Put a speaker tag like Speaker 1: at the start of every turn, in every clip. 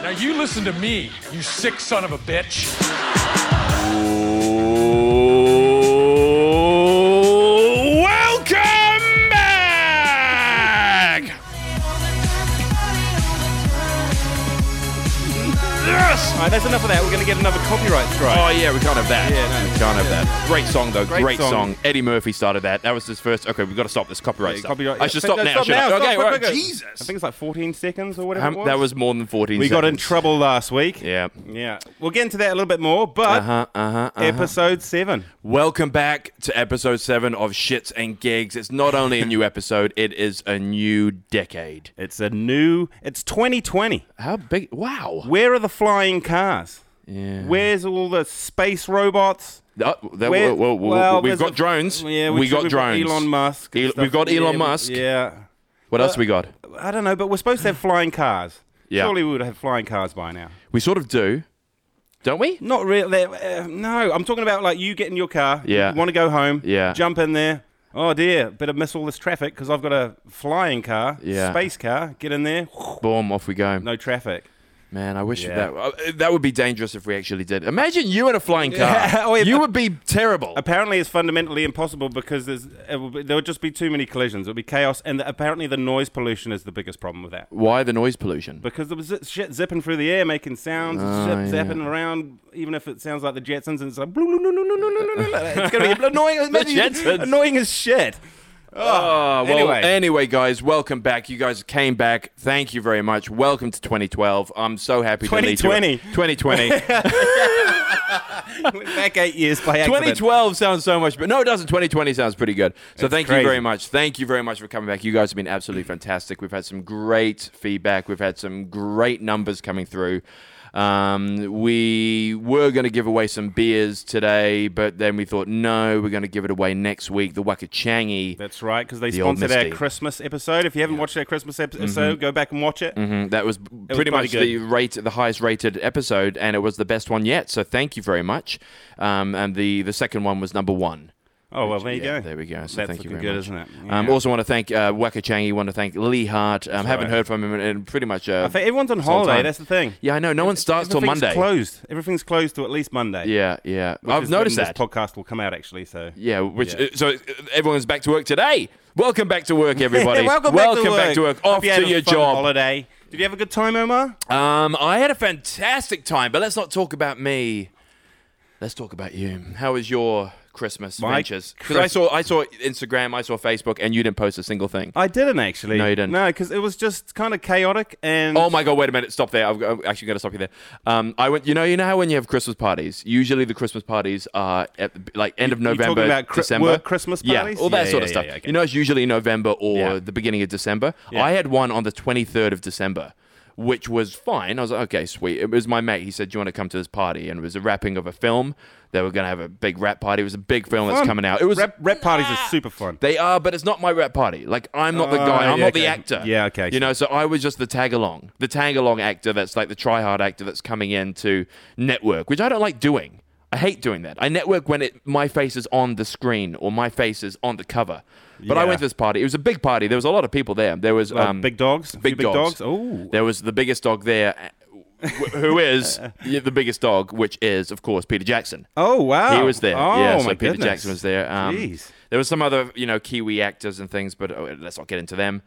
Speaker 1: Now you listen to me, you sick son of a bitch. Welcome back! Yes!
Speaker 2: Alright, that's enough of that. We're going to get another copyright strike.
Speaker 3: Oh yeah, we can't have that.
Speaker 2: Yeah, no.
Speaker 3: we can't have that. Great song though. Great,
Speaker 2: Great
Speaker 3: song.
Speaker 2: song.
Speaker 3: Eddie Murphy started that. That was his first. Okay, we've got to stop this copyright
Speaker 2: Yeah,
Speaker 3: stuff.
Speaker 2: copyright-
Speaker 3: I should
Speaker 2: yeah.
Speaker 3: stop
Speaker 2: No,
Speaker 3: now.
Speaker 2: stop
Speaker 3: should I?
Speaker 2: now,
Speaker 3: okay,
Speaker 2: stop,
Speaker 3: all right.
Speaker 2: quick, quick.
Speaker 3: Jesus.
Speaker 2: I think it's like 14 seconds or whatever
Speaker 3: Um,
Speaker 2: it was.
Speaker 3: that was more than fourteen.
Speaker 2: We got in
Speaker 3: seconds.
Speaker 2: trouble last week.
Speaker 3: Yeah.
Speaker 2: Yeah. We'll get into that a little bit more, but
Speaker 3: Uh-huh, uh-huh, uh-huh.
Speaker 2: episode seven.
Speaker 3: Welcome back to episode seven of Shits and Gigs. It's not only a new episode; it is a new decade.
Speaker 2: It's a new, it's 2020.
Speaker 3: How big? Wow.
Speaker 2: Where are the flying cars?
Speaker 3: Yeah.
Speaker 2: Where's all the space robots?
Speaker 3: Uh, that,
Speaker 2: Where-
Speaker 3: well, well,
Speaker 2: well,
Speaker 3: we've
Speaker 2: there's
Speaker 3: got
Speaker 2: a-
Speaker 3: drones.
Speaker 2: Yeah,
Speaker 3: we
Speaker 2: we've
Speaker 3: got
Speaker 2: we've
Speaker 3: drones.
Speaker 2: Elon Musk. and
Speaker 3: El-
Speaker 2: stuff.
Speaker 3: we've got Elon
Speaker 2: Yeah, we-
Speaker 3: Musk.
Speaker 2: Yeah.
Speaker 3: What else we got?
Speaker 2: I don't know, but we're supposed to have flying cars.
Speaker 3: Yeah.
Speaker 2: Surely we would have flying cars by now.
Speaker 3: We sort of do, don't we?
Speaker 2: Not really. Uh, no, I'm talking about like you get in your car.
Speaker 3: Yeah.
Speaker 2: Want to go home.
Speaker 3: Yeah.
Speaker 2: Jump in there. Oh dear, better miss all this traffic because I've got a flying car,
Speaker 3: Yeah.
Speaker 2: space car. Get in there,
Speaker 3: Boom! Off we go.
Speaker 2: no traffic.
Speaker 3: Man, I wish
Speaker 2: Yeah.
Speaker 3: that uh, that would be dangerous if we actually did. Imagine you in a flying car.
Speaker 2: Yeah, oh, yeah,
Speaker 3: you
Speaker 2: but-
Speaker 3: would be terrible.
Speaker 2: Apparently, it's fundamentally impossible because there's it will be, there would just be too many collisions. It would be chaos, and the, apparently, the noise pollution is the biggest problem with that
Speaker 3: Why the noise pollution?
Speaker 2: because there was zi- shit zipping through the air, making sounds,
Speaker 3: Oh,
Speaker 2: shit
Speaker 3: yeah.
Speaker 2: zapping around. Even if it sounds like the Jetsons, and it's like blue, blue, blue, blue, blue, blue, blue, blue. it's gonna be annoying.
Speaker 3: Jetsons.
Speaker 2: imagine- annoying as shit.
Speaker 3: Oh, well, anyway.
Speaker 2: uh, Anyway.
Speaker 3: guys, welcome back. You guys came back. Thank you very much. Welcome to 2012. I'm so happy to lead you.
Speaker 2: 2020.
Speaker 3: 2020.
Speaker 2: Went back eight years by accident.
Speaker 3: 2012 sounds so much, but no, it doesn't. 2020 sounds pretty good. So thank you
Speaker 2: crazy.
Speaker 3: very much. Thank you very much for coming back. You guys have been absolutely fantastic. We've had some great feedback. We've had some great numbers coming through. Um, we were going to give away some beers today, but then we thought, no, we're going to give it away next week. The Waka Changi.
Speaker 2: That's right, because they
Speaker 3: The old
Speaker 2: sponsored our
Speaker 3: Misty. Mm-hmm.
Speaker 2: Christmas episode. If you haven't watched our Christmas episode, go back and watch it.
Speaker 3: Mm, That was pretty
Speaker 2: pretty
Speaker 3: much
Speaker 2: good.
Speaker 3: the rate, the highest rated episode, and it was the best one yet. So thank you very much. Um, and the the second one was number one.
Speaker 2: Oh well, there you
Speaker 3: Yeah,
Speaker 2: go.
Speaker 3: There we go. So
Speaker 2: That's
Speaker 3: thank you
Speaker 2: looking
Speaker 3: very
Speaker 2: good,
Speaker 3: much.
Speaker 2: isn't it?
Speaker 3: Um,
Speaker 2: Yeah.
Speaker 3: also want to thank uh, Waka Changi. Want to thank Lee Hart. Um, haven't
Speaker 2: right.
Speaker 3: heard from him in, in pretty much. Uh,
Speaker 2: I think everyone's on
Speaker 3: this whole
Speaker 2: holiday.
Speaker 3: time.
Speaker 2: That's the thing.
Speaker 3: Yeah, I know. No one starts till
Speaker 2: Everything's
Speaker 3: Monday.
Speaker 2: Closed. Everything's closed till at least Monday.
Speaker 3: Yeah, yeah.
Speaker 2: which
Speaker 3: I've
Speaker 2: is
Speaker 3: noticed
Speaker 2: when
Speaker 3: that.
Speaker 2: this podcast will come out actually. So
Speaker 3: yeah, which
Speaker 2: Yeah.
Speaker 3: uh, so uh, everyone's back to work today. Welcome back to work, everybody. Off
Speaker 2: Hope you had
Speaker 3: to
Speaker 2: a
Speaker 3: your
Speaker 2: fun
Speaker 3: job.
Speaker 2: Holiday. Did you have a good time, Omar?
Speaker 3: Um, I had a fantastic time, but let's not talk about me. Let's talk about you. How was your Christmas
Speaker 2: My
Speaker 3: ventures? Because I
Speaker 2: Christ-
Speaker 3: saw I saw Instagram, I saw Facebook, and you didn't post a single thing.
Speaker 2: I didn't actually.
Speaker 3: No, you didn't.
Speaker 2: No, because it was just kind of chaotic and
Speaker 3: Oh my god! Wait a minute! Stop there. I've, I'm actually going to stop you there. Um, I went. You know, you know how when you have Christmas parties, usually the Christmas parties are at the- like end of
Speaker 2: you talking
Speaker 3: November,
Speaker 2: about cri-
Speaker 3: December.
Speaker 2: work Christmas parties?
Speaker 3: yeah, all that
Speaker 2: Yeah,
Speaker 3: sort of
Speaker 2: yeah,
Speaker 3: stuff.
Speaker 2: yeah, yeah, okay.
Speaker 3: You know, it's usually November or
Speaker 2: Yeah.
Speaker 3: the beginning of December.
Speaker 2: Yeah.
Speaker 3: I had one on the 23rd of December. Which was fine. I was like, okay, sweet. It was my mate. He said, "Do you want to come to this party?" And it was a wrapping of a film. They were going to have a big rap party. It was a big film that's
Speaker 2: Fun.
Speaker 3: coming out. It was Ah!
Speaker 2: rap, rap parties are super fun.
Speaker 3: they are, but it's not my rap party. Like I'm not the
Speaker 2: Oh,
Speaker 3: guy. I'm
Speaker 2: yeah,
Speaker 3: not the
Speaker 2: okay.
Speaker 3: actor.
Speaker 2: Yeah, okay.
Speaker 3: You know, so I was just the tag along, the tag along actor. That's like the try hard actor that's coming in to network, which I don't like doing. I hate doing that. I network when it my face is on the screen or my face is on the cover. But I
Speaker 2: Yeah.
Speaker 3: went to this party. It was a big party. There was a lot of people there. There was
Speaker 2: Like
Speaker 3: um,
Speaker 2: big dogs? A few
Speaker 3: Big,
Speaker 2: big
Speaker 3: dogs.
Speaker 2: dogs? Ooh.
Speaker 3: There was the biggest dog there, uh, wh- who is the biggest dog, which is of course Peter Jackson.
Speaker 2: Oh wow,
Speaker 3: He was there.
Speaker 2: Oh
Speaker 3: yeah, so
Speaker 2: my
Speaker 3: Peter
Speaker 2: goodness.
Speaker 3: Jackson was there. Um,
Speaker 2: Jeez.
Speaker 3: There was some other, you know, Kiwi actors and things, but oh, let's not get into them.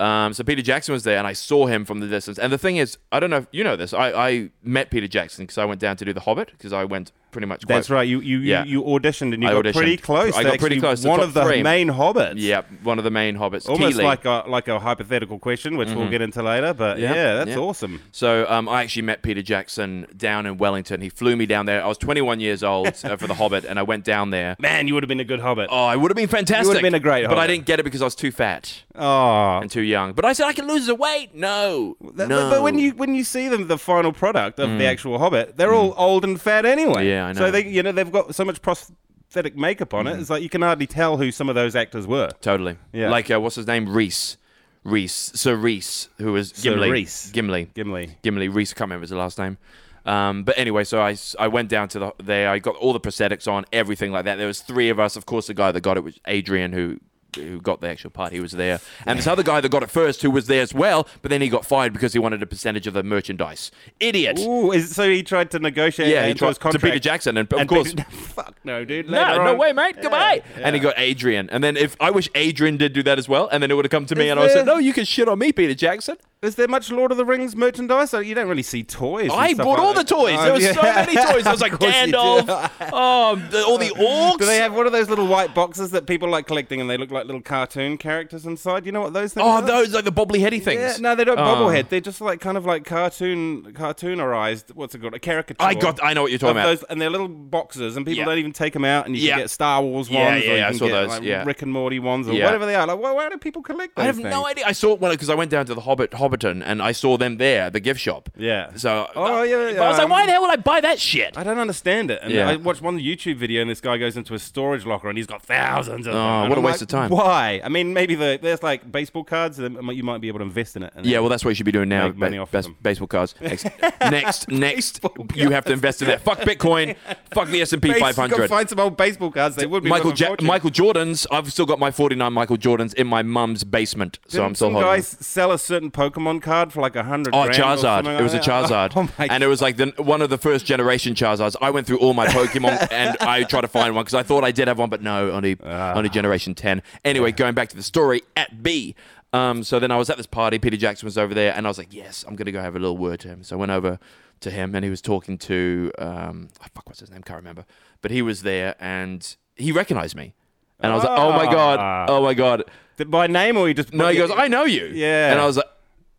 Speaker 3: Um, so Peter Jackson was there, and I saw him from the distance. And the thing is, I don't know if you know this. I, I met Peter Jackson because I went down to do The Hobbit because I went pretty much. Quite,
Speaker 2: That's right. You you,
Speaker 3: Yeah.
Speaker 2: you you auditioned and you
Speaker 3: I
Speaker 2: got
Speaker 3: auditioned.
Speaker 2: pretty close.
Speaker 3: I
Speaker 2: to
Speaker 3: got pretty
Speaker 2: actually
Speaker 3: close to
Speaker 2: One
Speaker 3: top
Speaker 2: of the
Speaker 3: three.
Speaker 2: main hobbits.
Speaker 3: Yeah, one of the main hobbits.
Speaker 2: Almost
Speaker 3: Keeley.
Speaker 2: like a like a hypothetical question, which we'll get into later. But
Speaker 3: Mm-hmm. Yeah,
Speaker 2: yeah, that's
Speaker 3: yeah.
Speaker 2: awesome.
Speaker 3: So um, I actually met Peter Jackson down in Wellington. He flew me down there. I was 21 years old uh, for The Hobbit, and I went down there.
Speaker 2: Man, you would have been a good hobbit.
Speaker 3: Oh, it would have been fantastic.
Speaker 2: been a great
Speaker 3: but I
Speaker 2: Hobbit.
Speaker 3: didn't get it because I was too fat
Speaker 2: Oh.
Speaker 3: and too young. But I said I can lose the weight. No,
Speaker 2: That-
Speaker 3: no. Mm.
Speaker 2: But, but when you when you see them, the final product of the actual Hobbit, they're all old and fat anyway.
Speaker 3: Yeah, I know. Mm.
Speaker 2: So they, you know, they've got so much prosthetic makeup on it. It's like you can hardly tell who some of those actors were.
Speaker 3: Totally.
Speaker 2: Yeah.
Speaker 3: Like uh, what's his name? Reese. Reese. Sir Reese, who was
Speaker 2: Sir
Speaker 3: Gimli.
Speaker 2: Reese.
Speaker 3: Gimli.
Speaker 2: Gimli.
Speaker 3: Gimli. Reese. I can't remember his last name. Um, but anyway, so I, s- I went down to the there. I got all the prosthetics on, everything like that. There was three of us. Of course, the guy that got it was Adrian, who who got the actual part. He was there, and this other guy that got it first, who was there as well, but then he got fired because he wanted a percentage of the merchandise. Idiot.
Speaker 2: Ooh, is, so he tried to negotiate.
Speaker 3: Yeah, he
Speaker 2: into his
Speaker 3: tried to Peter
Speaker 2: contract
Speaker 3: Jackson, and of
Speaker 2: and
Speaker 3: course,
Speaker 2: Peter- fuck no, dude.
Speaker 3: no,
Speaker 2: later
Speaker 3: no
Speaker 2: on-
Speaker 3: way, mate. Goodbye.
Speaker 2: Yeah,
Speaker 3: And he
Speaker 2: yeah.
Speaker 3: got Adrian, and then if I wish Adrian did do that as well, and then it would have come to me, and I would have said,
Speaker 2: there-
Speaker 3: "No, you can shit on me, Peter Jackson."
Speaker 2: Is there much Lord of the Rings merchandise? Oh, You don't really see toys. and
Speaker 3: I
Speaker 2: stuff
Speaker 3: bought
Speaker 2: like
Speaker 3: all the
Speaker 2: that.
Speaker 3: toys.
Speaker 2: Oh,
Speaker 3: there was so
Speaker 2: yeah.
Speaker 3: many toys. There was like
Speaker 2: Of course you do.
Speaker 3: Gandalf, oh, the, all the orcs.
Speaker 2: Do they have one of those little white boxes that people like collecting and they look like little cartoon characters inside? You know what those things
Speaker 3: oh,
Speaker 2: are?
Speaker 3: those like the bobbly heady things.
Speaker 2: Yeah, no, they don't
Speaker 3: Oh.
Speaker 2: bobblehead. They're just like kind of like cartoon, cartoonerized. What's it called? A caricature.
Speaker 3: I got- I know what you're talking
Speaker 2: of
Speaker 3: about.
Speaker 2: Those, and they're little boxes, and people
Speaker 3: Yeah.
Speaker 2: don't even take them out. And you
Speaker 3: Yeah.
Speaker 2: can get Star Wars
Speaker 3: Yeah,
Speaker 2: ones,
Speaker 3: yeah,
Speaker 2: or you
Speaker 3: yeah, I
Speaker 2: can
Speaker 3: saw
Speaker 2: get
Speaker 3: those,
Speaker 2: like,
Speaker 3: yeah.
Speaker 2: Rick and Morty ones, or
Speaker 3: Yeah.
Speaker 2: whatever they are. Like, why, why do people collect those?
Speaker 3: I have
Speaker 2: things?
Speaker 3: no idea. I saw it when because I went down to the Hobbit Hobbiton and I saw them there, the gift shop.
Speaker 2: Yeah.
Speaker 3: So
Speaker 2: Oh, yeah,
Speaker 3: But I was like,
Speaker 2: um,
Speaker 3: why the hell would I buy that shit?
Speaker 2: I don't understand it. And
Speaker 3: Yeah.
Speaker 2: I watched one YouTube video, and this guy goes into a storage locker, and he's got thousands of. them.
Speaker 3: Oh,
Speaker 2: And
Speaker 3: what a
Speaker 2: I'm
Speaker 3: waste
Speaker 2: like,
Speaker 3: of time.
Speaker 2: Why? I mean, maybe the, there's like baseball cards, and then you might be able to invest in it. And
Speaker 3: Yeah, well, that's what you should be doing now.
Speaker 2: Make money off of them.
Speaker 3: baseball cards. Next, next, next you have to invest in that. Fuck Bitcoin. fuck the S and P 500.
Speaker 2: Find some old baseball cards. They would be
Speaker 3: Michael
Speaker 2: worth a
Speaker 3: ja-
Speaker 2: fortune.
Speaker 3: Michael Jordans. I've still got my 49 Michael Jordans in my mum's basement, so
Speaker 2: Didn't
Speaker 3: I'm still
Speaker 2: some
Speaker 3: holding.
Speaker 2: guys
Speaker 3: them.
Speaker 2: sell a certain Pokemon card for like a hundred.
Speaker 3: Oh,
Speaker 2: grand or
Speaker 3: Charizard!
Speaker 2: something
Speaker 3: It was a
Speaker 2: like that?
Speaker 3: Charizard,
Speaker 2: Oh my
Speaker 3: and it was like the, one of the first generation Charizards. I went through all my Pokemon and I tried to find one because I thought I did have one, but no, only
Speaker 2: Ah.
Speaker 3: only generation ten. Anyway, going back to the story at B. Um, so then I was at this party. Peter Jackson was over there, and I was like, "Yes, I'm gonna go have a little word to him." So I went over to him, and he was talking to um, oh, fuck, what's his name? Can't remember, but he was there, and he recognized me, and I was like, "Oh my
Speaker 2: Ah.
Speaker 3: god! Oh my god!"
Speaker 2: God. by name or you just
Speaker 3: No, he goes, I know you.
Speaker 2: Yeah.
Speaker 3: And I was like,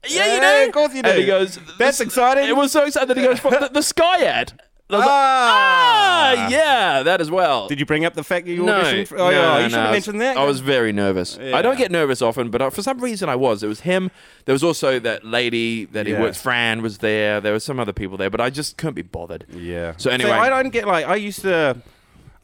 Speaker 3: Yeah, you do.
Speaker 2: Yeah, of course you do.
Speaker 3: And he goes,
Speaker 2: That's
Speaker 3: "This-
Speaker 2: exciting."
Speaker 3: It was so exciting. Then he goes, "Fuck, the, the Sky ad. And I was like,
Speaker 2: Ah.
Speaker 3: ah, yeah, that as well.
Speaker 2: Did you bring up the fact that you
Speaker 3: no,
Speaker 2: auditioned? For,
Speaker 3: no,
Speaker 2: oh, yeah,
Speaker 3: no,
Speaker 2: you should
Speaker 3: no, I
Speaker 2: have
Speaker 3: was-
Speaker 2: mentioned that.
Speaker 3: I was very nervous. I don't
Speaker 2: Yeah.
Speaker 3: get nervous often, but I, for some reason I was. It was him. There was also that lady that he
Speaker 2: Yeah.
Speaker 3: worked. Fran was there. There were some other people there, but I just couldn't be bothered.
Speaker 2: Yeah.
Speaker 3: So anyway,
Speaker 2: I don't get like I used to.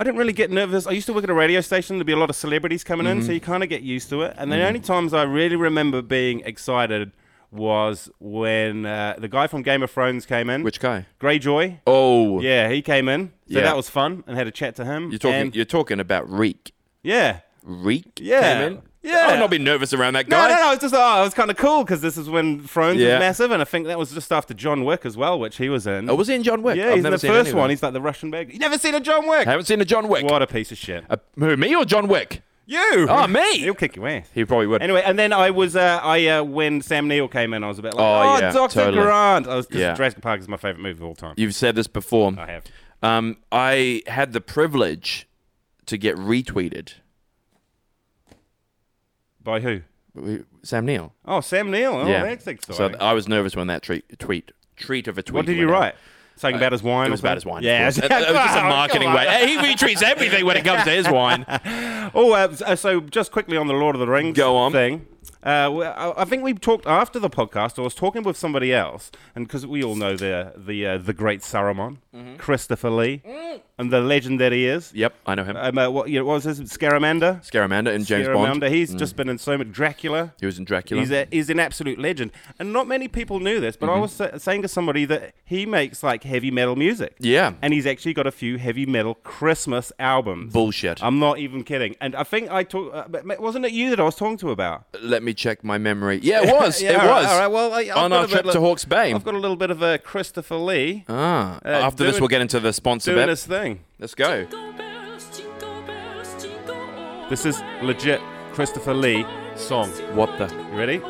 Speaker 2: I didn't really get nervous. I used to work at a radio station. There'd be a lot of celebrities coming
Speaker 3: Mm-hmm.
Speaker 2: in, so you kind of get used to it. And the only times I really remember being excited was when uh, the guy from Game of Thrones came in.
Speaker 3: which guy?
Speaker 2: Greyjoy?
Speaker 3: Oh,
Speaker 2: Yeah, he came in. So
Speaker 3: Yeah.
Speaker 2: that was fun, and had a chat to him.
Speaker 3: You're talking.
Speaker 2: and-
Speaker 3: you're talking about Reek.
Speaker 2: yeah.
Speaker 3: Reek.
Speaker 2: Yeah.
Speaker 3: Came in?
Speaker 2: Yeah.
Speaker 3: I would not be nervous around that
Speaker 2: No,
Speaker 3: guy.
Speaker 2: no, no. It's just oh, it was kind of cool because this is when Thrones
Speaker 3: Yeah.
Speaker 2: was massive, and I think that was just after John Wick as well, which he was in.
Speaker 3: Oh, was he in John Wick? I've
Speaker 2: Yeah, he's in
Speaker 3: never
Speaker 2: the
Speaker 3: seen
Speaker 2: first
Speaker 3: anyone.
Speaker 2: one. He's like the Russian bag. You never seen a John Wick?
Speaker 3: I haven't seen a John Wick.
Speaker 2: What a piece of shit.
Speaker 3: Uh, who, me or John Wick?
Speaker 2: you?
Speaker 3: Oh, me.
Speaker 2: He'll kick your ass.
Speaker 3: He probably would.
Speaker 2: Anyway, and then I was, uh, I uh, when Sam Neill came in, I was a bit like,
Speaker 3: Oh,
Speaker 2: oh,
Speaker 3: yeah,
Speaker 2: Doctor
Speaker 3: totally.
Speaker 2: Grant. I was because
Speaker 3: Yeah.
Speaker 2: Jurassic Park is my favorite movie of all time.
Speaker 3: You've said this before.
Speaker 2: I have.
Speaker 3: Um, I had the privilege to get retweeted.
Speaker 2: By who?
Speaker 3: Sam Neill.
Speaker 2: Oh, Sam Neill. Oh,
Speaker 3: yeah.
Speaker 2: that's exciting.
Speaker 3: So uh, I was nervous when that treat, tweet treat of a tweet.
Speaker 2: what did you
Speaker 3: went out.
Speaker 2: write? Something about his wine.
Speaker 3: It
Speaker 2: or
Speaker 3: was about his
Speaker 2: something?
Speaker 3: wine.
Speaker 2: Yeah,
Speaker 3: Yeah, it was it was just a
Speaker 2: Wow,
Speaker 3: marketing
Speaker 2: come on.
Speaker 3: way. He retweets everything when it comes to his wine.
Speaker 2: Oh, uh, s- uh, so just quickly on the Lord of the Rings
Speaker 3: Go on.
Speaker 2: thing. Uh, well, I I think we talked after the podcast. I was talking with somebody else, and because we all know the the uh, the great Saruman,
Speaker 3: Mm-hmm.
Speaker 2: Christopher Lee,
Speaker 3: Mm.
Speaker 2: and the legend that he is.
Speaker 3: Yep, I know him.
Speaker 2: Um, uh, what, you know, what was his Scaramanda?
Speaker 3: Scaramanda and James Bond.
Speaker 2: Scaramanda. He's just been in so much Dracula.
Speaker 3: He was in Dracula. Mm-hmm.
Speaker 2: He's, a, he's an absolute legend, and not many people knew this. But I was sa- saying to somebody that he makes like heavy metal music.
Speaker 3: Yeah.
Speaker 2: and he's actually got a few heavy metal Christmas albums.
Speaker 3: Bullshit.
Speaker 2: I'm not even kidding. And I think I talked. Uh, but- but wasn't it you that I was talking to about?
Speaker 3: Let me check my memory. Yeah, it was.
Speaker 2: Yeah,
Speaker 3: it
Speaker 2: all right,
Speaker 3: was.
Speaker 2: all right. Well, I, I've
Speaker 3: on
Speaker 2: got
Speaker 3: our
Speaker 2: a bit
Speaker 3: trip
Speaker 2: li-
Speaker 3: to Hawke's Bay.
Speaker 2: I've got a little bit of a Christopher Lee
Speaker 3: Ah, after this,
Speaker 2: doing-
Speaker 3: we'll get into the sponsor
Speaker 2: doing
Speaker 3: bit.
Speaker 2: his thing.
Speaker 3: Let's go.
Speaker 2: This is legit Christopher Lee song.
Speaker 3: What the?
Speaker 2: You ready?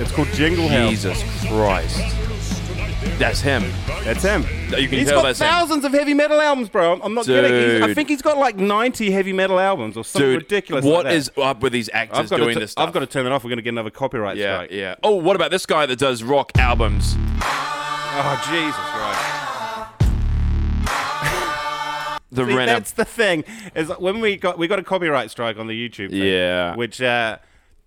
Speaker 2: It's called Jingle Oh, Hell.
Speaker 3: Jesus Christ. That's him.
Speaker 2: That's him.
Speaker 3: You can
Speaker 2: He's
Speaker 3: tell
Speaker 2: got
Speaker 3: that's him.
Speaker 2: thousands of heavy metal albums, bro. I'm- I'm not kidding. He's- I
Speaker 3: Dude.
Speaker 2: think he's got like 90 heavy metal albums or something
Speaker 3: Dude,
Speaker 2: ridiculous.
Speaker 3: What
Speaker 2: like that.
Speaker 3: is up with these actors
Speaker 2: I've got,
Speaker 3: doing
Speaker 2: to,
Speaker 3: this stuff?
Speaker 2: I've got to turn it off. We're going to get another copyright
Speaker 3: yeah,
Speaker 2: strike.
Speaker 3: yeah. Oh, what about this guy that does rock albums?
Speaker 2: Oh, Jesus Christ.
Speaker 3: The
Speaker 2: See,
Speaker 3: Renner.
Speaker 2: that's the thing is that when we got we got a copyright strike on the YouTube. Thing,
Speaker 3: Yeah.
Speaker 2: which uh,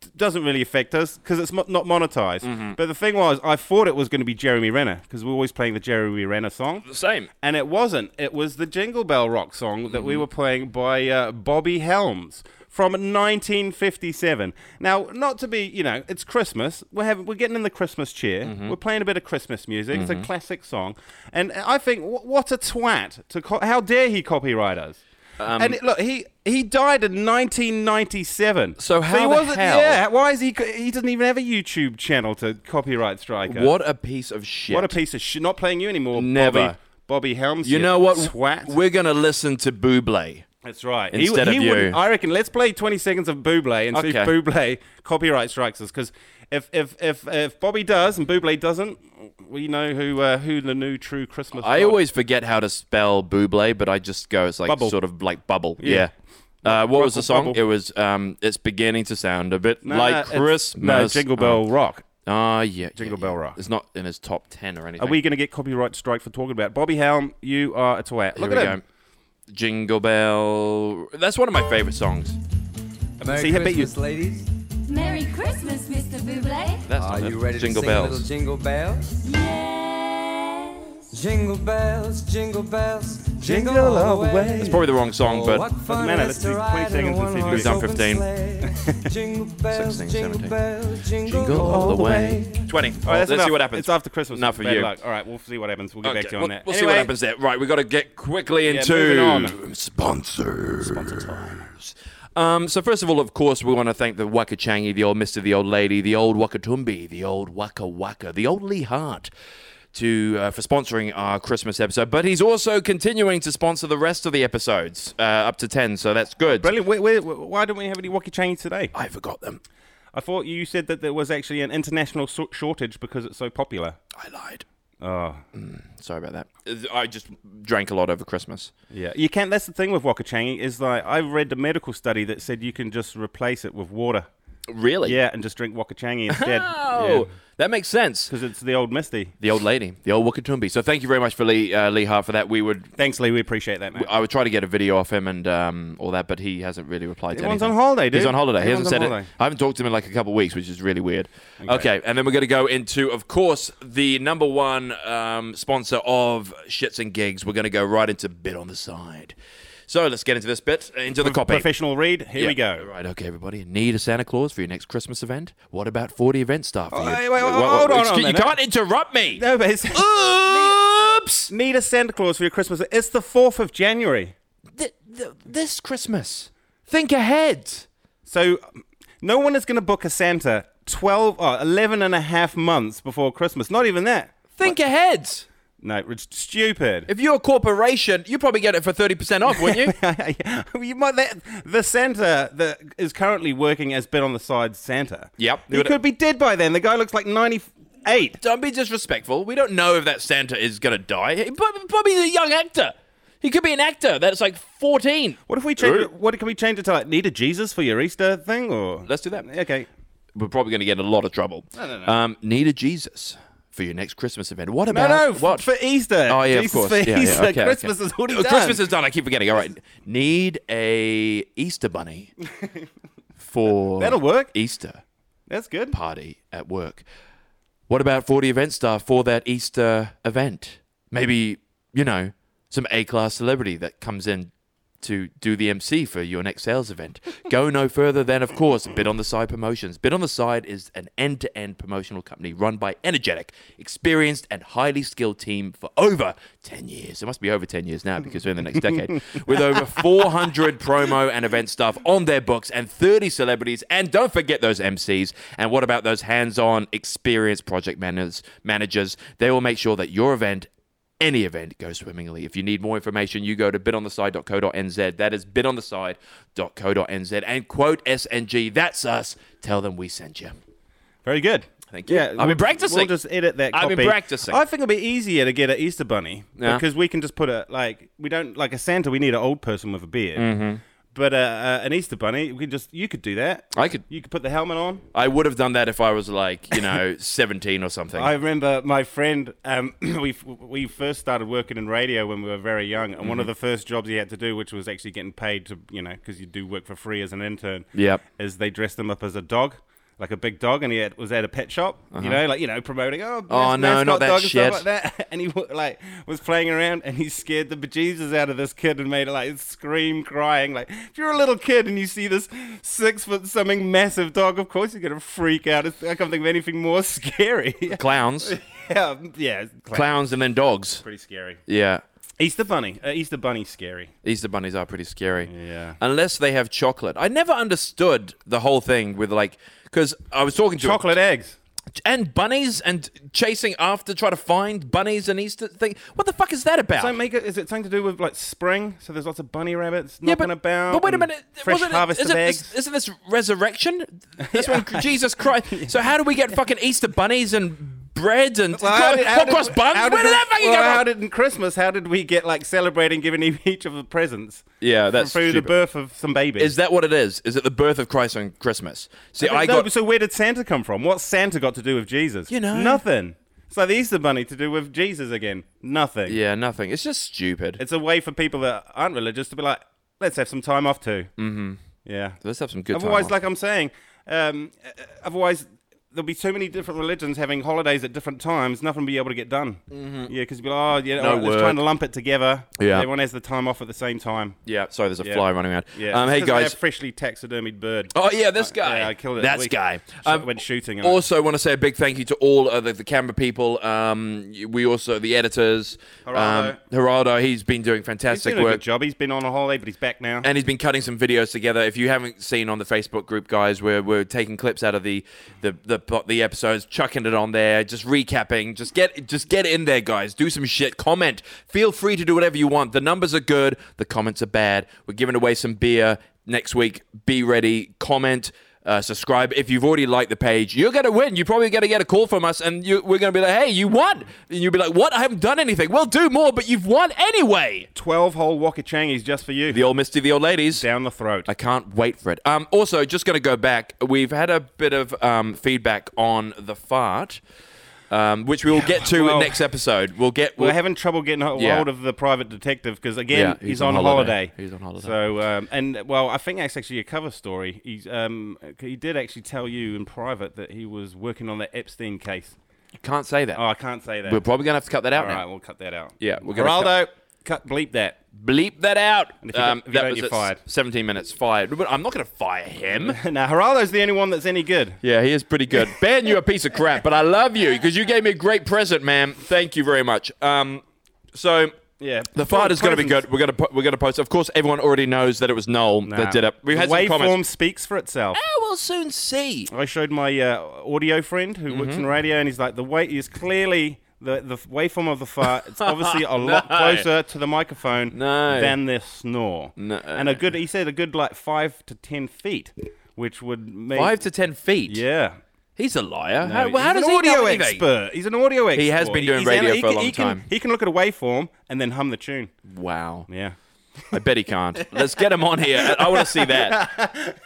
Speaker 2: d- doesn't really affect us because it's mo- not monetized.
Speaker 3: Mm-hmm.
Speaker 2: But the thing was, I thought it was going to be Jeremy Renner because we're always playing the Jeremy Renner song.
Speaker 3: Same.
Speaker 2: And
Speaker 3: Mm-hmm.
Speaker 2: it wasn't. It was the Jingle Bell Rock song that we were playing by uh, Bobby Helms from 1957. Now, not to be, you know, it's Christmas. We're having, we're getting in the Christmas cheer.
Speaker 3: Mm-hmm.
Speaker 2: We're playing a bit of Christmas music. It's a classic song, and I think wh- what a twat to co- how dare he copyright us.
Speaker 3: Um,
Speaker 2: and it- look, he he died in 1997.
Speaker 3: So how
Speaker 2: he
Speaker 3: the
Speaker 2: wasn't,
Speaker 3: hell-
Speaker 2: Yeah, why is he? co- He doesn't even have a YouTube channel to copyright strike us.
Speaker 3: What a piece of shit.
Speaker 2: What a piece of shit! Not playing you anymore, Bobby.
Speaker 3: Never.
Speaker 2: Bobby Helms.
Speaker 3: You know what?
Speaker 2: Swat.
Speaker 3: We're going to listen to Buble.
Speaker 2: That's right.
Speaker 3: Instead of you.
Speaker 2: wouldn't- I reckon let's play 20 seconds of Buble and see if
Speaker 3: Okay.
Speaker 2: Buble copyright strikes us. Because if, if, if, if Bobby does and Buble doesn't, we know who uh, who the new true Christmas
Speaker 3: I
Speaker 2: god-
Speaker 3: always forget how to spell Buble, but I just go, it's like
Speaker 2: Bubble.
Speaker 3: sort of like bubble. Yeah. Uh, what was the song?
Speaker 2: Bubble.
Speaker 3: It was, um, it's beginning to sound a bit
Speaker 2: No, no,
Speaker 3: like
Speaker 2: it's-
Speaker 3: Christmas.
Speaker 2: No, Jingle Bell Rock.
Speaker 3: Ah, yeah. Jingle
Speaker 2: Bell Rock.
Speaker 3: It's not in his top 10 or anything.
Speaker 2: Are we going to get copyright strike for talking about it? Bobby Helm? You are a twat.
Speaker 3: Here
Speaker 2: Look
Speaker 3: we
Speaker 2: at
Speaker 3: go.
Speaker 2: him.
Speaker 3: Jingle Bell. That's one of my favorite songs.
Speaker 4: Merry
Speaker 2: See, I bet you-
Speaker 4: Christmas, ladies.
Speaker 5: Merry Christmas, Mr. Buble.
Speaker 3: That's
Speaker 4: Are
Speaker 3: not
Speaker 4: you
Speaker 3: it.
Speaker 4: ready
Speaker 3: Jingle
Speaker 4: to sing a
Speaker 3: Bells.
Speaker 4: little jingle bells?
Speaker 5: Yes.
Speaker 4: Jingle bells, jingle bells, jingle,
Speaker 2: Jingle all
Speaker 4: all
Speaker 2: the
Speaker 4: the way.
Speaker 2: way. It's
Speaker 3: It's probably the wrong song,
Speaker 4: Oh,
Speaker 3: but
Speaker 4: what fun
Speaker 2: matter,
Speaker 4: it
Speaker 2: let's
Speaker 4: is
Speaker 2: do
Speaker 4: to
Speaker 2: 20
Speaker 4: ride in
Speaker 2: seconds
Speaker 4: a
Speaker 2: and see if we
Speaker 4: one-horse
Speaker 3: done
Speaker 4: open
Speaker 3: 15.
Speaker 4: sleigh. jingle bells,
Speaker 3: 16,
Speaker 4: jingle
Speaker 3: 17.
Speaker 4: bells, jingle,
Speaker 3: Jingle all the way. 20.
Speaker 2: All right, that's
Speaker 3: Let's
Speaker 2: enough.
Speaker 3: see what happens.
Speaker 2: It's after Christmas.
Speaker 3: Enough for
Speaker 2: Bad
Speaker 3: you.
Speaker 2: luck. All right, we'll see what happens. We'll get back to you on
Speaker 3: we'll
Speaker 2: that.
Speaker 3: we'll see
Speaker 2: Anyway,
Speaker 3: what happens there. Right, we got to get quickly into
Speaker 2: moving
Speaker 3: sponsors. Um, so first of all, of course, we want to thank the Waka Changi, the old Mister, the old lady, the old Wakatumbi, the old Waka Waka, the old Lee Hart, to uh, for sponsoring our Christmas episode. But he's also continuing to sponsor the rest of the episodes uh, up to ten, so that's good.
Speaker 2: Brilliant. Where, where, why don't we have any walkie chains today?
Speaker 3: I forgot them.
Speaker 2: I thought you said that there was actually an international so- shortage because it's so popular.
Speaker 3: I lied. Mm,
Speaker 2: Oh,
Speaker 3: Sorry about that. I just drank a lot over Christmas.
Speaker 2: yeah. You can't. That's the thing with wakachangi is like I read a medical study that said you can just replace it with water.
Speaker 3: Really?
Speaker 2: Yeah, and just drink wakachangi instead.
Speaker 3: Oh, that makes sense.
Speaker 2: Because it's the old misty.
Speaker 3: The old lady, the old Wakatumbi. So thank you very much for Lee uh, Lee Hart for that. We would,
Speaker 2: Thanks, Lee. We appreciate that, mate.
Speaker 3: I would try to get a video off him and um, all that, but he hasn't really replied to
Speaker 2: Everyone's
Speaker 3: anything.
Speaker 2: on holiday,
Speaker 3: He's
Speaker 2: dude.
Speaker 3: on holiday. He hasn't
Speaker 2: Everyone's
Speaker 3: said
Speaker 2: on
Speaker 3: it.
Speaker 2: holiday.
Speaker 3: I haven't talked to him in like a couple of weeks, which is really weird. Okay, and then we're going to go into, of course, the number one um, sponsor of shits and gigs. We're going to go right into bit on the side. So let's get into this bit, uh, into the copy.
Speaker 2: Professional read. Here we
Speaker 3: Yeah.
Speaker 2: go.
Speaker 3: Right, okay, everybody. Need a Santa Claus for your next Christmas event? What about 40 event staff? for
Speaker 2: Oh,
Speaker 3: your-
Speaker 2: hey, wait,
Speaker 3: Wha-
Speaker 2: hold
Speaker 3: wha-
Speaker 2: on, hold on
Speaker 3: excuse-
Speaker 2: a
Speaker 3: You
Speaker 2: minute.
Speaker 3: can't interrupt me.
Speaker 2: No, but it's
Speaker 3: Oops!
Speaker 2: need a Santa Claus for your Christmas. It's the fourth of January,
Speaker 3: Th- th- this Christmas. Think ahead.
Speaker 2: so um, no one is going to book a Santa 12, oh, 11 and a half months before Christmas. Not even that.
Speaker 3: Think ahead.
Speaker 2: No, it's stupid.
Speaker 3: If you're a corporation, you probably get it for 30% off, wouldn't you?
Speaker 2: you might that the Santa that is currently working as bit on the side Santa.
Speaker 3: Yep.
Speaker 2: he could be dead by then. The guy looks like ninety eight.
Speaker 3: Don't be disrespectful. We don't know if that Santa is going to die. He prob- probably is a young actor. He could be an actor that's like 14.
Speaker 2: What if we change?
Speaker 3: Ooh.
Speaker 2: It, what can we change it to? Like, need a Jesus for your Easter thing, or
Speaker 3: Let's do that.
Speaker 2: Okay,
Speaker 3: We're probably going to get in a lot of trouble. No, no, no. Um, need a Jesus for your next Christmas event. What
Speaker 2: no,
Speaker 3: about
Speaker 2: no, f-
Speaker 3: what?
Speaker 2: for Easter.
Speaker 3: Oh yeah,
Speaker 2: Jesus
Speaker 3: of course.
Speaker 2: For
Speaker 3: Yeah, yeah,
Speaker 2: Easter,
Speaker 3: okay, okay.
Speaker 2: Christmas is already
Speaker 3: Oh,
Speaker 2: done.
Speaker 3: Christmas is done. I keep forgetting. All right, need a Easter bunny for
Speaker 2: That'll work.
Speaker 3: Easter
Speaker 2: That's good.
Speaker 3: party at work. What about forty event staff for that Easter event? Maybe you know some A-class celebrity that comes in to do the MC for your next sales event. Go no further than, of course, Bid on the Side Promotions. Bid on the Side is an end-to-end promotional company run by energetic, experienced, and highly skilled team for over 10 years. It must be over 10 years now because we're in the next decade. With over 400 promo and event staff on their books and 30 celebrities. And don't forget those MCs. And what about those hands-on, experienced project managers? managers? They will make sure that your event any event goes swimmingly. If you need more information, you go to bitontheside.co.nz. That is bitontheside.co.nz. And quote SNG, that's us. Tell them we sent you.
Speaker 2: Very good.
Speaker 3: Thank you. I've been
Speaker 2: we'll-
Speaker 3: practicing.
Speaker 2: We'll just edit that.
Speaker 3: I've been
Speaker 2: copy.
Speaker 3: practicing.
Speaker 2: I think it'll be easier to get an Easter bunny
Speaker 3: Yeah.
Speaker 2: because we can just put a like we don't like a Santa. We need an old person with a beard.
Speaker 3: Mm-hmm.
Speaker 2: But uh, uh, an Easter bunny, we can just you could do that.
Speaker 3: I could.
Speaker 2: You could put the helmet on.
Speaker 3: I would have done that if I was like, you know, 17 or something.
Speaker 2: I remember my friend. Um, we we first started working in radio when we were very young, and one
Speaker 3: Mm-hmm.
Speaker 2: of the first jobs he had to do, which was actually getting paid to you know because you do work for free as an intern.
Speaker 3: Yep.
Speaker 2: Is they dressed him up as a dog. like a big dog, and he had, was at a pet shop, you know, like you know, promoting. Oh,
Speaker 3: Uh-huh. Oh,
Speaker 2: mas-
Speaker 3: no, not
Speaker 2: mascot
Speaker 3: that
Speaker 2: dog and
Speaker 3: shit.
Speaker 2: Stuff like that. And he wa- like was playing around, and he scared the bejesus out of this kid, and made it like scream, crying. Like if you're a little kid and you see this six foot something massive dog, of course you're gonna freak out. It's, I can't think of anything more scary.
Speaker 3: Clowns,
Speaker 2: yeah, yeah, clown.
Speaker 3: clowns, and then dogs.
Speaker 2: pretty scary.
Speaker 3: Yeah,
Speaker 2: Easter bunny, uh, Easter bunny, scary.
Speaker 3: Easter bunnies are pretty scary.
Speaker 2: Yeah.
Speaker 3: Unless they have chocolate. I never understood the whole thing with like because I was talking to
Speaker 2: Chocolate eggs.
Speaker 3: and bunnies and chasing after try to find bunnies and Easter thing. What the fuck is that about?
Speaker 2: So make it. Is it something to do with like spring? So there's lots of bunny rabbits
Speaker 3: yeah,
Speaker 2: knocking
Speaker 3: but,
Speaker 2: about.
Speaker 3: but wait a
Speaker 2: and
Speaker 3: minute.
Speaker 2: Fresh
Speaker 3: wasn't it-
Speaker 2: harvest
Speaker 3: isn't,
Speaker 2: of
Speaker 3: this-
Speaker 2: eggs.
Speaker 3: isn't this resurrection? That's when Jesus Christ. So how do we get fucking Easter bunnies and bread and
Speaker 2: Well, how did- how
Speaker 3: hot
Speaker 2: did-
Speaker 3: cross buns?
Speaker 2: how
Speaker 3: Where did that fucking
Speaker 2: well,
Speaker 3: come
Speaker 2: How
Speaker 3: from?
Speaker 2: did in Christmas? How did we get like celebrating, giving each of the presents?
Speaker 3: Yeah, that's
Speaker 2: through the
Speaker 3: stupid.
Speaker 2: birth of some baby.
Speaker 3: Is that what it is? Is it the birth of Christ on Christmas? See, I
Speaker 2: No,
Speaker 3: got
Speaker 2: so where did Santa come from? What's Santa got to do with Jesus?
Speaker 3: You know.
Speaker 2: nothing. It's like the Easter Bunny to do with Jesus again. Nothing.
Speaker 3: yeah, nothing. It's just stupid.
Speaker 2: It's a way for people that aren't religious to be like, let's have some time off too. Mm-hmm. Yeah.
Speaker 3: Let's have some good time
Speaker 2: Otherwise,
Speaker 3: off.
Speaker 2: like I'm saying, um, uh, uh, otherwise there'll be so many different religions having holidays at different times. Nothing will be able to get done. Mm-hmm. Yeah, because be like, oh, yeah, all right,
Speaker 3: work.
Speaker 2: let's try and lump it together.
Speaker 3: Yeah.
Speaker 2: Everyone has the time off at the same time.
Speaker 3: yeah, sorry, there's a
Speaker 2: Yeah.
Speaker 3: fly running around.
Speaker 2: Yeah.
Speaker 3: um,
Speaker 2: it's
Speaker 3: hey
Speaker 2: 'cause they
Speaker 3: guys.
Speaker 2: have freshly taxidermied bird. Uh,
Speaker 3: Oh yeah, this guy.
Speaker 2: Yeah, I killed it.
Speaker 3: That
Speaker 2: We-
Speaker 3: guy.
Speaker 2: sh-
Speaker 3: Um,
Speaker 2: went shooting. and-
Speaker 3: also, want to say a big thank you to all of the, the camera people. Um, we also the editors. Um,
Speaker 2: Geraldo.
Speaker 3: Geraldo, he's been doing
Speaker 2: he's
Speaker 3: fantastic
Speaker 2: doing a
Speaker 3: work.
Speaker 2: good job. He's been on a holiday, but he's back now.
Speaker 3: and he's been cutting some videos together. If you haven't seen on the Facebook group, guys, we're, we're taking clips out of the the, the po- the episodes, chucking it on there, just recapping. Just get just get in there, guys. Do some shit. Comment. Feel free to do whatever you want. The numbers are good. The comments are bad. We're giving away some beer next week. Be ready. Comment. Uh, subscribe if you've already liked the page. You're gonna win. You're probably gonna get a call from us, and you, we're gonna be like, "Hey, you won!" And you'll be like, "What? I haven't done anything." Well, do more, but you've won anyway.
Speaker 2: Twelve whole Waka Changies just for you.
Speaker 3: The old Misty, the old ladies.
Speaker 2: down the throat.
Speaker 3: I can't wait for it. Um, also, just going to go back. We've had a bit of um, feedback on the fart, um, which we'll get to
Speaker 2: well-
Speaker 3: next episode. We'll get.
Speaker 2: We're
Speaker 3: we'll-
Speaker 2: having trouble getting hold
Speaker 3: Yeah.
Speaker 2: hold of the private detective because again,
Speaker 3: Yeah,
Speaker 2: he's, on, holiday.
Speaker 3: He's on holiday.
Speaker 2: So, um, and well, I think that's actually a cover story. He's um, he did actually tell you in private that he was working on the Epstein case.
Speaker 3: can't say that.
Speaker 2: Oh, I can't say that.
Speaker 3: We're probably going to have to cut that out
Speaker 2: All
Speaker 3: now.
Speaker 2: right, we'll cut that out.
Speaker 3: Yeah, we're gonna
Speaker 2: Geraldo, cut, bleep that.
Speaker 3: Bleep that out. Um,
Speaker 2: if you don't- if you
Speaker 3: that
Speaker 2: don't,
Speaker 3: was
Speaker 2: you're
Speaker 3: at
Speaker 2: fired.
Speaker 3: Seventeen minutes fired. But I'm not going to fire him.
Speaker 2: now, Geraldo's the only one that's any good.
Speaker 3: Yeah, he is pretty good. Ben, you're a piece of crap, but I love you because you gave me a great present, ma'am. Thank you very much. Um, so
Speaker 2: Yeah,
Speaker 3: the fight is going to be
Speaker 2: presents.
Speaker 3: good. We're going to po- we're going to post. Of course, everyone already knows that it was Noel that did it. We had
Speaker 2: the
Speaker 3: some comments.
Speaker 2: waveform speaks for itself.
Speaker 3: Oh, we'll soon see.
Speaker 2: I showed my uh, audio friend who works
Speaker 3: Mm-hmm.
Speaker 2: in radio, and he's like, the weight is clearly the the waveform of the fart. It's obviously a lot
Speaker 3: No.
Speaker 2: closer to the microphone
Speaker 3: No.
Speaker 2: than the snore.
Speaker 3: No.
Speaker 2: And a good, he said, a good like five to ten feet, which would make
Speaker 3: Five to ten feet.
Speaker 2: yeah.
Speaker 3: he's a liar. how
Speaker 2: He's
Speaker 3: how
Speaker 2: an
Speaker 3: does he
Speaker 2: audio
Speaker 3: know anything?
Speaker 2: expert? He's an audio expert.
Speaker 3: He has been doing
Speaker 2: He's
Speaker 3: radio
Speaker 2: he
Speaker 3: for a
Speaker 2: can-
Speaker 3: long
Speaker 2: he can-
Speaker 3: time.
Speaker 2: He can look at a waveform and then hum the tune.
Speaker 3: Wow,
Speaker 2: Yeah.
Speaker 3: I bet he can't. Let's get him on here. I want to see that.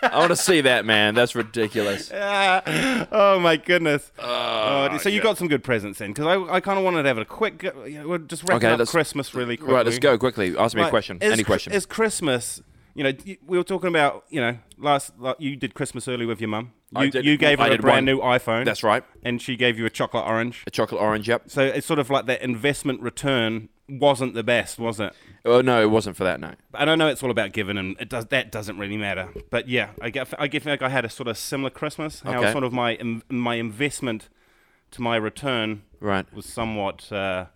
Speaker 3: I want to see that, man. That's ridiculous.
Speaker 2: oh my goodness! Oh, so you got some good presents in because I, I kind of wanted to have a quick, uh, you know, we'll just wrap
Speaker 3: Okay,
Speaker 2: up
Speaker 3: let's-
Speaker 2: Christmas really quickly.
Speaker 3: Right, let's go quickly. Ask me a
Speaker 2: Right,
Speaker 3: question.
Speaker 2: is
Speaker 3: Any
Speaker 2: Chr-
Speaker 3: question?
Speaker 2: Is Christmas? You know, y- we were talking about you know last like, you did Christmas early with your mum. You,
Speaker 3: I did-
Speaker 2: you gave
Speaker 3: I
Speaker 2: her a
Speaker 3: did
Speaker 2: brand
Speaker 3: one.
Speaker 2: new iPhone.
Speaker 3: That's right.
Speaker 2: And she gave you a chocolate orange.
Speaker 3: A chocolate orange. Yep.
Speaker 2: So it's sort of like that investment return wasn't the best, was it?
Speaker 3: Oh no, it wasn't for that. No.
Speaker 2: And I know it's all about giving, and it does that doesn't really matter. But yeah, I get I get like I had a sort of similar Christmas. How
Speaker 3: Okay.
Speaker 2: sort of my in, my investment to my return
Speaker 3: Right.
Speaker 2: was somewhat. Uh,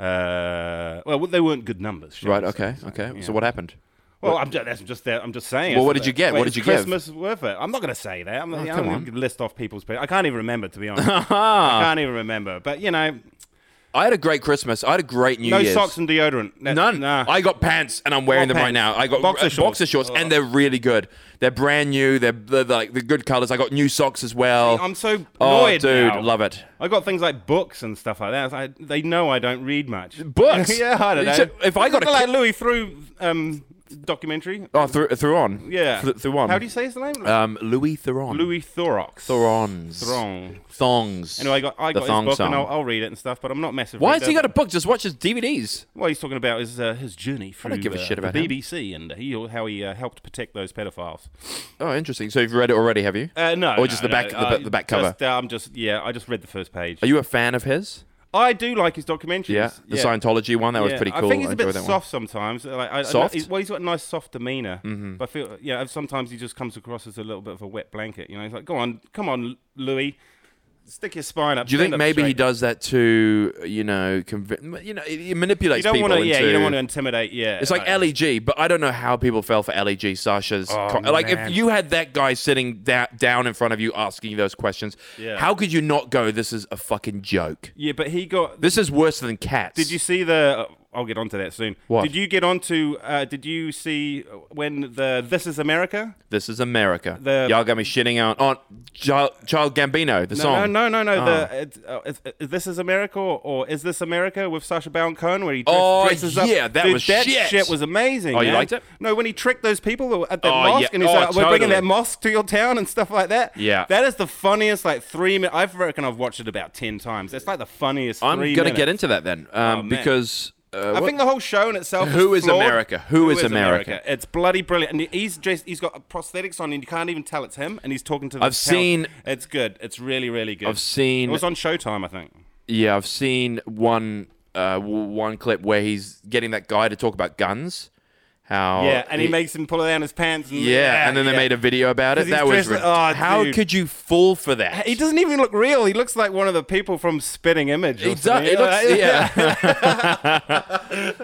Speaker 2: uh, well, they weren't good numbers. shall
Speaker 3: Right.
Speaker 2: we say.
Speaker 3: Okay. Okay. So what happened?
Speaker 2: Well, I'm just, that's just that. I'm just saying.
Speaker 3: Well,
Speaker 2: it's
Speaker 3: what did
Speaker 2: like,
Speaker 3: you get?
Speaker 2: wait,
Speaker 3: What did
Speaker 2: is
Speaker 3: you give? Oh,
Speaker 2: Christmas worth it? I'm not going to say that. I'm, not- I'm
Speaker 3: come
Speaker 2: not
Speaker 3: on.
Speaker 2: going to list off people's. pa- I can't even remember to be honest. I can't even remember. But you know,
Speaker 3: I had a great Christmas. I had a great New
Speaker 2: no
Speaker 3: Year's.
Speaker 2: socks and deodorant. That-
Speaker 3: None.
Speaker 2: Nah.
Speaker 3: I got pants and I'm wearing
Speaker 2: What
Speaker 3: them right
Speaker 2: pants?
Speaker 3: now. I got
Speaker 2: Boxer
Speaker 3: uh,
Speaker 2: shorts.
Speaker 3: boxer shorts and they're really good. They're brand new. They're, they're like the good colors. I got new socks as well.
Speaker 2: I'm so annoyed.
Speaker 3: oh, dude,
Speaker 2: now.
Speaker 3: love it.
Speaker 2: I got things like books and stuff like that. I, they know I don't read much.
Speaker 3: Books?
Speaker 2: yeah, I don't
Speaker 3: You
Speaker 2: know.
Speaker 3: should- if I got a
Speaker 2: like
Speaker 3: ki-
Speaker 2: Louis threw um, documentary.
Speaker 3: Oh, Th- Thuron.
Speaker 2: Yeah.
Speaker 3: Th- Thuron.
Speaker 2: How do you say his name?
Speaker 3: Um, Louis Thuron.
Speaker 2: Louis Thorox.
Speaker 3: Thorons.
Speaker 2: Thorong.
Speaker 3: Thongs.
Speaker 2: Anyway, I got I
Speaker 3: The
Speaker 2: got his
Speaker 3: thong
Speaker 2: book
Speaker 3: song.
Speaker 2: and I'll, I'll read it and stuff, but I'm not massive.
Speaker 3: Why has he
Speaker 2: reader.
Speaker 3: got a book? Just watch his DVDs.
Speaker 2: Well, he's talking about his uh, his journey through
Speaker 3: don't give a
Speaker 2: uh,
Speaker 3: shit about
Speaker 2: the
Speaker 3: him.
Speaker 2: BBC and he, how he uh, helped protect those pedophiles.
Speaker 3: Oh, interesting. So you've read it already, have you?
Speaker 2: Uh, no,
Speaker 3: Or just
Speaker 2: no,
Speaker 3: the back,
Speaker 2: no,
Speaker 3: the,
Speaker 2: uh,
Speaker 3: bu- the back cover.
Speaker 2: Just, uh, I'm just yeah, I just read the first page.
Speaker 3: Are you a fan of his?
Speaker 2: I do like his documentaries.
Speaker 3: Yeah, the Scientology one that was
Speaker 2: Yeah.
Speaker 3: pretty cool.
Speaker 2: I think he's a
Speaker 3: enjoyed
Speaker 2: bit
Speaker 3: that
Speaker 2: soft
Speaker 3: one.
Speaker 2: sometimes. Like, I, I-
Speaker 3: Soft? Mm-hmm.
Speaker 2: he's- well, he's got a nice soft demeanor, but I feel yeah. Sometimes he just comes across as a little bit of a wet blanket. You know, he's like, "Go on, come on, Louis, stick your spine up."
Speaker 3: Do you
Speaker 2: stand
Speaker 3: think
Speaker 2: up
Speaker 3: maybe he
Speaker 2: straight."
Speaker 3: does that to you know conv- you know he manipulates
Speaker 2: You don't
Speaker 3: people
Speaker 2: want to,
Speaker 3: into
Speaker 2: yeah. You don't want to intimidate, yeah.
Speaker 3: It's like LEG, but I don't know how people fell for LEG. Sasha's co- like
Speaker 2: Oh, man.
Speaker 3: if you had that guy sitting da- down in front of you asking you those questions,
Speaker 2: Yeah.
Speaker 3: how could you not go? This is a fucking joke.
Speaker 2: yeah, but he got.
Speaker 3: This is worse than cats.
Speaker 2: Did you see the? uh, I'll get onto that soon.
Speaker 3: What?
Speaker 2: Did you get onto? Uh, did you see when the This Is America?
Speaker 3: This is America.
Speaker 2: The-
Speaker 3: Y'all got me shitting out on Child, Child Gambino, the
Speaker 2: No,
Speaker 3: song. Ah.
Speaker 2: no, no, no, no. The it's, uh, it's, uh, This Is America or, or Is This America with Sasha Baron Cohen, where he dress,
Speaker 3: Oh,
Speaker 2: dresses up.
Speaker 3: yeah, that
Speaker 2: Dude,
Speaker 3: was
Speaker 2: that
Speaker 3: shit.
Speaker 2: was amazing.
Speaker 3: Oh, you
Speaker 2: man.
Speaker 3: liked it?
Speaker 2: No, when he tricked those people at that
Speaker 3: Oh,
Speaker 2: mosque,
Speaker 3: yeah.
Speaker 2: and he's
Speaker 3: Oh,
Speaker 2: like, "We're bringing
Speaker 3: totally.
Speaker 2: that mosque to your town and stuff like that."
Speaker 3: Yeah.
Speaker 2: that is the funniest. Like three minutes. I reckon I've watched it about ten times. That's like the funniest.
Speaker 3: I'm
Speaker 2: three
Speaker 3: gonna
Speaker 2: minutes. Oh,
Speaker 3: get into that then, um,
Speaker 2: man.
Speaker 3: because uh,
Speaker 2: I
Speaker 3: what-
Speaker 2: think the whole show in itself.
Speaker 3: Who is
Speaker 2: flawed.
Speaker 3: America? Who is America?
Speaker 2: It's bloody brilliant, and he's dressed. He's got prosthetics on, and you can't even tell it's him. And he's talking to. The
Speaker 3: I've seen-
Speaker 2: It's good. It's really, really good.
Speaker 3: I've seen-
Speaker 2: It was on Showtime, I think.
Speaker 3: Yeah, I've seen one uh, w- one clip where he's getting that guy to talk about guns. How
Speaker 2: yeah, and he, makes him pull down his pants. And,
Speaker 3: Oh, yeah, and then they
Speaker 2: yeah.
Speaker 3: made a video about
Speaker 2: 'Cause
Speaker 3: it.
Speaker 2: he's
Speaker 3: That was rid-
Speaker 2: dressed- oh,
Speaker 3: how
Speaker 2: dude.
Speaker 3: could you fall for that?
Speaker 2: He doesn't even look real. He looks like one of the people from Spitting Image. or
Speaker 3: He does.
Speaker 2: something.
Speaker 3: He looks, yeah.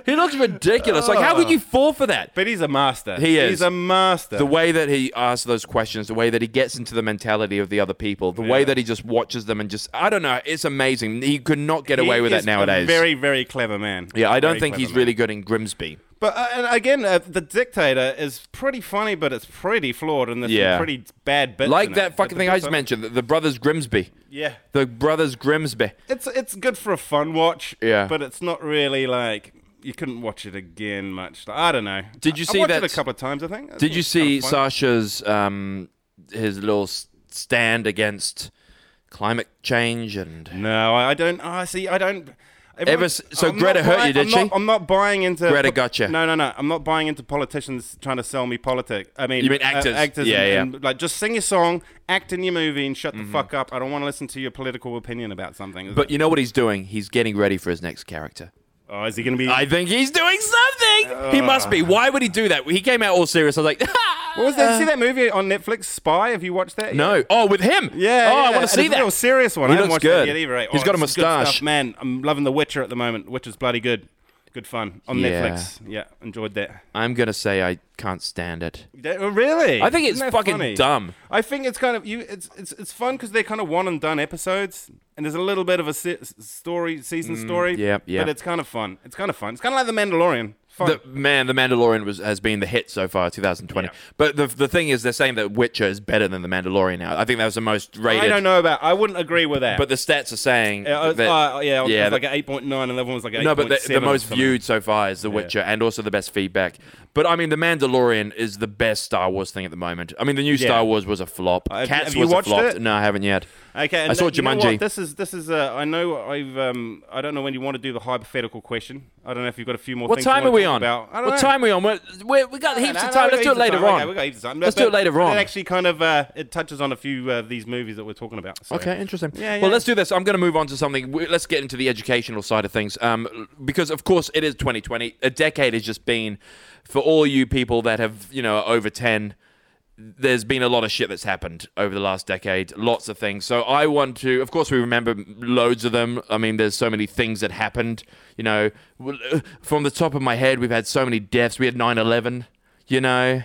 Speaker 3: he looks ridiculous. Like, how could you
Speaker 2: Oh.
Speaker 3: fall for that?
Speaker 2: But he's a master.
Speaker 3: He is.
Speaker 2: He's a master.
Speaker 3: The way that he asks those questions, the way that he gets into the mentality of the other people, the way
Speaker 2: Yeah.
Speaker 3: that he just watches them and just—I don't know—it's amazing. He could not get
Speaker 2: He
Speaker 3: away with that
Speaker 2: is a
Speaker 3: nowadays.
Speaker 2: very, very clever man.
Speaker 3: yeah, I don't
Speaker 2: Very
Speaker 3: think
Speaker 2: clever
Speaker 3: he's
Speaker 2: man.
Speaker 3: really good in Grimsby.
Speaker 2: But uh, and again, uh, the dictator is pretty funny, but it's pretty flawed, and there's some
Speaker 3: Yeah.
Speaker 2: pretty bad bits. in
Speaker 3: Like
Speaker 2: it.
Speaker 3: that
Speaker 2: But
Speaker 3: fucking
Speaker 2: the
Speaker 3: thing
Speaker 2: good
Speaker 3: I just
Speaker 2: stuff-
Speaker 3: mentioned, the, the brothers Grimsby.
Speaker 2: Yeah,
Speaker 3: The brothers Grimsby.
Speaker 2: it's it's good for a fun watch.
Speaker 3: Yeah.
Speaker 2: but it's not really like you couldn't watch it again much. Like, I don't know.
Speaker 3: Did you
Speaker 2: I-
Speaker 3: see
Speaker 2: I watched
Speaker 3: that-
Speaker 2: it a couple of times? I think. I
Speaker 3: Did
Speaker 2: think
Speaker 3: you
Speaker 2: it's kinda
Speaker 3: see
Speaker 2: fun.
Speaker 3: Sasha's um, his little s- stand against climate change and
Speaker 2: No, I I don't. I see. I don't.
Speaker 3: Ever
Speaker 2: everyone-
Speaker 3: s- so
Speaker 2: I'm
Speaker 3: Greta
Speaker 2: not
Speaker 3: hurt you,
Speaker 2: buying-
Speaker 3: did
Speaker 2: I'm not-
Speaker 3: she?
Speaker 2: I'm not buying into
Speaker 3: Greta got you.
Speaker 2: No, no, no. I'm not buying into politicians trying to sell me politics. I mean,
Speaker 3: You mean
Speaker 2: uh,
Speaker 3: actors.
Speaker 2: actors,
Speaker 3: Yeah,
Speaker 2: and,
Speaker 3: yeah. Mm-hmm.
Speaker 2: and, like just sing your song, act in your movie, and shut the fuck up. I don't want to listen to your political opinion about something.
Speaker 3: But you know what he's doing? He's getting ready for his next character.
Speaker 2: oh, is he going to be?
Speaker 3: I think he's doing something. he must be. Why would he do that? He came out all serious. I was like,
Speaker 2: what was that? see that movie on Netflix, Spy? Have you watched that?
Speaker 3: Uh, no.
Speaker 2: yet?
Speaker 3: Oh, with him.
Speaker 2: Yeah.
Speaker 3: Oh, I
Speaker 2: yeah.
Speaker 3: want
Speaker 2: And
Speaker 3: to
Speaker 2: it's
Speaker 3: see
Speaker 2: a
Speaker 3: that.
Speaker 2: real serious one.
Speaker 3: He
Speaker 2: I haven't
Speaker 3: looks
Speaker 2: watched that
Speaker 3: good.
Speaker 2: yet either. eh? Oh,
Speaker 3: He's got a
Speaker 2: it's good stuff.
Speaker 3: mustache.
Speaker 2: Man, I'm loving The Witcher at the moment. Witcher's bloody good. Good fun on
Speaker 3: Yeah.
Speaker 2: Netflix. Yeah, enjoyed that.
Speaker 3: I'm gonna say I can't stand it.
Speaker 2: That- oh, really?
Speaker 3: I think it's
Speaker 2: Isn't that
Speaker 3: fucking
Speaker 2: funny?
Speaker 3: dumb.
Speaker 2: I think it's kind of you. It's it's it's fun because they're kind of one and done episodes, and there's a little bit of a se- s- story, season story.
Speaker 3: Mm, yeah, yeah.
Speaker 2: But it's kind of fun. It's kind of fun. It's kind of like The Mandalorian. Fun.
Speaker 3: The, man, The Mandalorian was, has been the hit so far, 2020.
Speaker 2: Yeah.
Speaker 3: But the the thing is, they're saying that Witcher is better than The Mandalorian now. I think that was the most rated.
Speaker 2: I don't know about. I wouldn't agree with that.
Speaker 3: But the stats are saying
Speaker 2: yeah, I was-
Speaker 3: that-
Speaker 2: uh, yeah, yeah,
Speaker 3: yeah,
Speaker 2: like
Speaker 3: that-
Speaker 2: an eight point nine, and the other one was like an
Speaker 3: no, but the,
Speaker 2: 8.7
Speaker 3: the
Speaker 2: or
Speaker 3: most
Speaker 2: something.
Speaker 3: viewed so far is The Witcher, and also the best feedback. But I mean, The Mandalorian is the best Star Wars thing at the moment. I mean, the new Star Wars was a flop.
Speaker 2: Have-
Speaker 3: Cats
Speaker 2: have you
Speaker 3: was
Speaker 2: watched
Speaker 3: a flop.
Speaker 2: it?
Speaker 3: No, I haven't yet.
Speaker 2: Okay, and
Speaker 3: I saw
Speaker 2: that- you know what?
Speaker 3: Jumanji.
Speaker 2: This is this is. Uh, I know I've. Um, I don't know when you want to do the hypothetical question. I don't know if you've got a few more.
Speaker 3: What
Speaker 2: things you
Speaker 3: time are
Speaker 2: wanna
Speaker 3: we
Speaker 2: talk
Speaker 3: on?
Speaker 2: About. I don't
Speaker 3: What
Speaker 2: know.
Speaker 3: time are we on? We're, we're, we got heaps
Speaker 2: No,
Speaker 3: of
Speaker 2: no,
Speaker 3: time.
Speaker 2: we
Speaker 3: Let's do
Speaker 2: got
Speaker 3: it later
Speaker 2: heaps of time.
Speaker 3: on.
Speaker 2: Okay, we got heaps of time. No,
Speaker 3: Let's do
Speaker 2: but
Speaker 3: it later on.
Speaker 2: It actually kind of uh, it touches on a few uh, of these movies that we're talking about. so-
Speaker 3: Okay, interesting.
Speaker 2: Yeah,
Speaker 3: Well,
Speaker 2: yeah.
Speaker 3: let's do this. I'm going to move on to something. w- Let's get into the educational side of things, um, because of course it is 2020. A decade has just been for all you people that have you know over 10. There's been a lot of shit that's happened over the last decade, lots of things. So I want to, of course, we remember loads of them. I mean, there's so many things that happened. You know, Well, uh, from the top of my head, we've had so many deaths. We had 9/11. You know,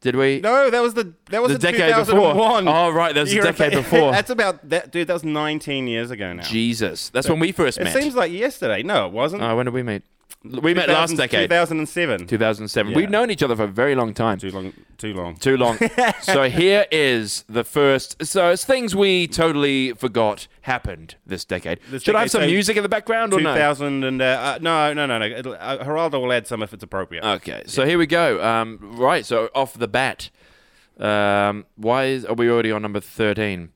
Speaker 3: did we?
Speaker 2: No, that was the that was
Speaker 3: The
Speaker 2: the
Speaker 3: decade before.
Speaker 2: 2001.
Speaker 3: Oh, right, that was the
Speaker 2: You're-
Speaker 3: decade before.
Speaker 2: That's about that, dude. That was 19 years ago now.
Speaker 3: Jesus, that's when we first
Speaker 2: it
Speaker 3: met.
Speaker 2: seems like yesterday. No, it wasn't.
Speaker 3: Oh, when did we meet? We met last
Speaker 2: 2000
Speaker 3: decade.
Speaker 2: 2007.
Speaker 3: 2007.
Speaker 2: Yeah.
Speaker 3: We've known each other for a very long time.
Speaker 2: Too long. Too long.
Speaker 3: Too long. so here is the first. So it's things we totally forgot happened this decade.
Speaker 2: This
Speaker 3: Should I
Speaker 2: decade,
Speaker 3: have some
Speaker 2: so
Speaker 3: music in the background or no?
Speaker 2: 2000 and uh, uh, no, no, no, no. It'll- Uh, Geraldo will add some if it's appropriate.
Speaker 3: Okay, so here we go. Um, right, so off the bat, um, why is, are we already on number thirteen?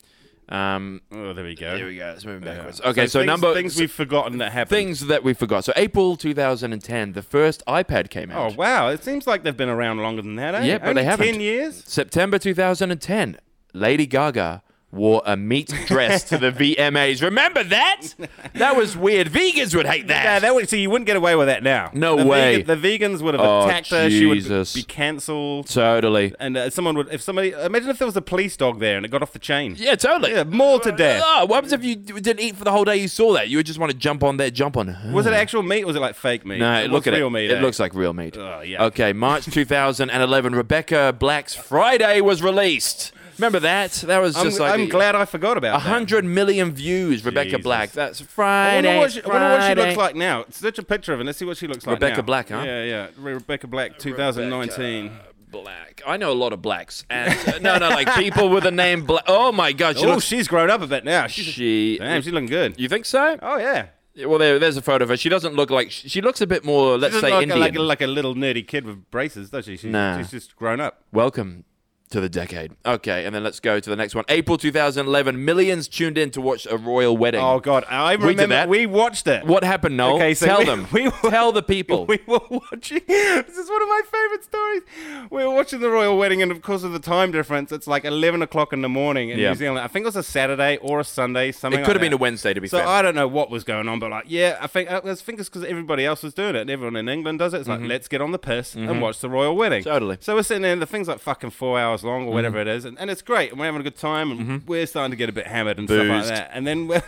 Speaker 3: Um,
Speaker 2: oh, there we go.
Speaker 3: here we go. It's moving backwards. Okay, so,
Speaker 2: things,
Speaker 3: number
Speaker 2: things we've forgotten that happened.
Speaker 3: things that we forgot. So April 2010, the first iPad came
Speaker 2: Oh
Speaker 3: out.
Speaker 2: wow! It seems like they've been around longer than that. Eh?
Speaker 3: Yeah, but
Speaker 2: Only
Speaker 3: they haven't.
Speaker 2: Ten years.
Speaker 3: September 2010, Lady Gaga wore a meat dress to the VMAs. Remember that? That was weird. Vegans would hate that.
Speaker 2: Yeah, that would see you wouldn't get away with that now.
Speaker 3: No
Speaker 2: the
Speaker 3: way.
Speaker 2: vegan- the vegans would have
Speaker 3: Oh,
Speaker 2: attacked her. She would
Speaker 3: Jesus.
Speaker 2: be cancelled.
Speaker 3: totally.
Speaker 2: And uh, someone would, if somebody, imagine if there was a police dog there and it got off the chain.
Speaker 3: Yeah, totally.
Speaker 2: Yeah, mauled to death.
Speaker 3: Oh, what happens if you didn't eat for the whole day? You saw that. You would just want to jump on that, jump on.
Speaker 2: Was it actual meat? or Was it like fake meat?
Speaker 3: No,
Speaker 2: it
Speaker 3: look
Speaker 2: was
Speaker 3: at
Speaker 2: real
Speaker 3: it.
Speaker 2: meat.
Speaker 3: it
Speaker 2: eh?
Speaker 3: looks like real meat.
Speaker 2: Oh, yeah.
Speaker 3: Okay, March 2011, Rebecca Black's Friday was released. Remember that? That was
Speaker 2: I'm,
Speaker 3: just like
Speaker 2: I'm glad I forgot about
Speaker 3: a
Speaker 2: that.
Speaker 3: hundred million views. Rebecca
Speaker 2: Jesus.
Speaker 3: Black. That's
Speaker 2: I
Speaker 3: Friday.
Speaker 2: wonder, what she, I wonder what she
Speaker 3: Friday.
Speaker 2: looks like now. Search a picture of her. Let's see what she looks like.
Speaker 3: Rebecca
Speaker 2: now.
Speaker 3: Black, huh?
Speaker 2: Yeah, yeah. Re- Rebecca Black, 2019.
Speaker 3: Black. I know a lot of blacks. And uh, no, no, like people with the name Black. Oh my God, she
Speaker 2: oh,
Speaker 3: looks.
Speaker 2: she's grown up a bit now. She's
Speaker 3: She.
Speaker 2: damn, she's looking good.
Speaker 3: you think so?
Speaker 2: oh yeah.
Speaker 3: Well, there, there's a photo of her. She doesn't look like. She looks a bit more. Let's
Speaker 2: She
Speaker 3: say
Speaker 2: doesn't look
Speaker 3: Indian.
Speaker 2: like, like a little nerdy kid with braces, does she? She's,
Speaker 3: Nah.
Speaker 2: she's just grown up.
Speaker 3: Welcome to the decade. Okay, and then let's go to the next one. April 2011, millions tuned in to watch a royal wedding.
Speaker 2: Oh god, I remember.
Speaker 3: did that.
Speaker 2: we watched it.
Speaker 3: What happened, Noel?
Speaker 2: Okay, so
Speaker 3: Tell
Speaker 2: we-
Speaker 3: them.
Speaker 2: we-
Speaker 3: Tell the people.
Speaker 2: we were watching. This is one of my favorite stories. We were watching the royal wedding, and of course, of the time difference, it's like eleven o'clock in the morning in
Speaker 3: Yeah.
Speaker 2: New Zealand. I think it was a Saturday or a Sunday. Something.
Speaker 3: It
Speaker 2: like
Speaker 3: could have been a
Speaker 2: that.
Speaker 3: Wednesday, to be
Speaker 2: So
Speaker 3: fair.
Speaker 2: I don't know what was going on, but like, yeah, I think uh, I think it's because everybody else was doing it. and Everyone in England does it. It's like let's get on the piss and watch the royal wedding.
Speaker 3: Mm-hmm. Totally. Mm-hmm.
Speaker 2: So we're sitting there, and the thing's like fucking four hours long or whatever it is, and, and it's great, and we're having a good time, and we're starting to get a bit hammered and stuff
Speaker 3: Boozed.
Speaker 2: like that. And then when,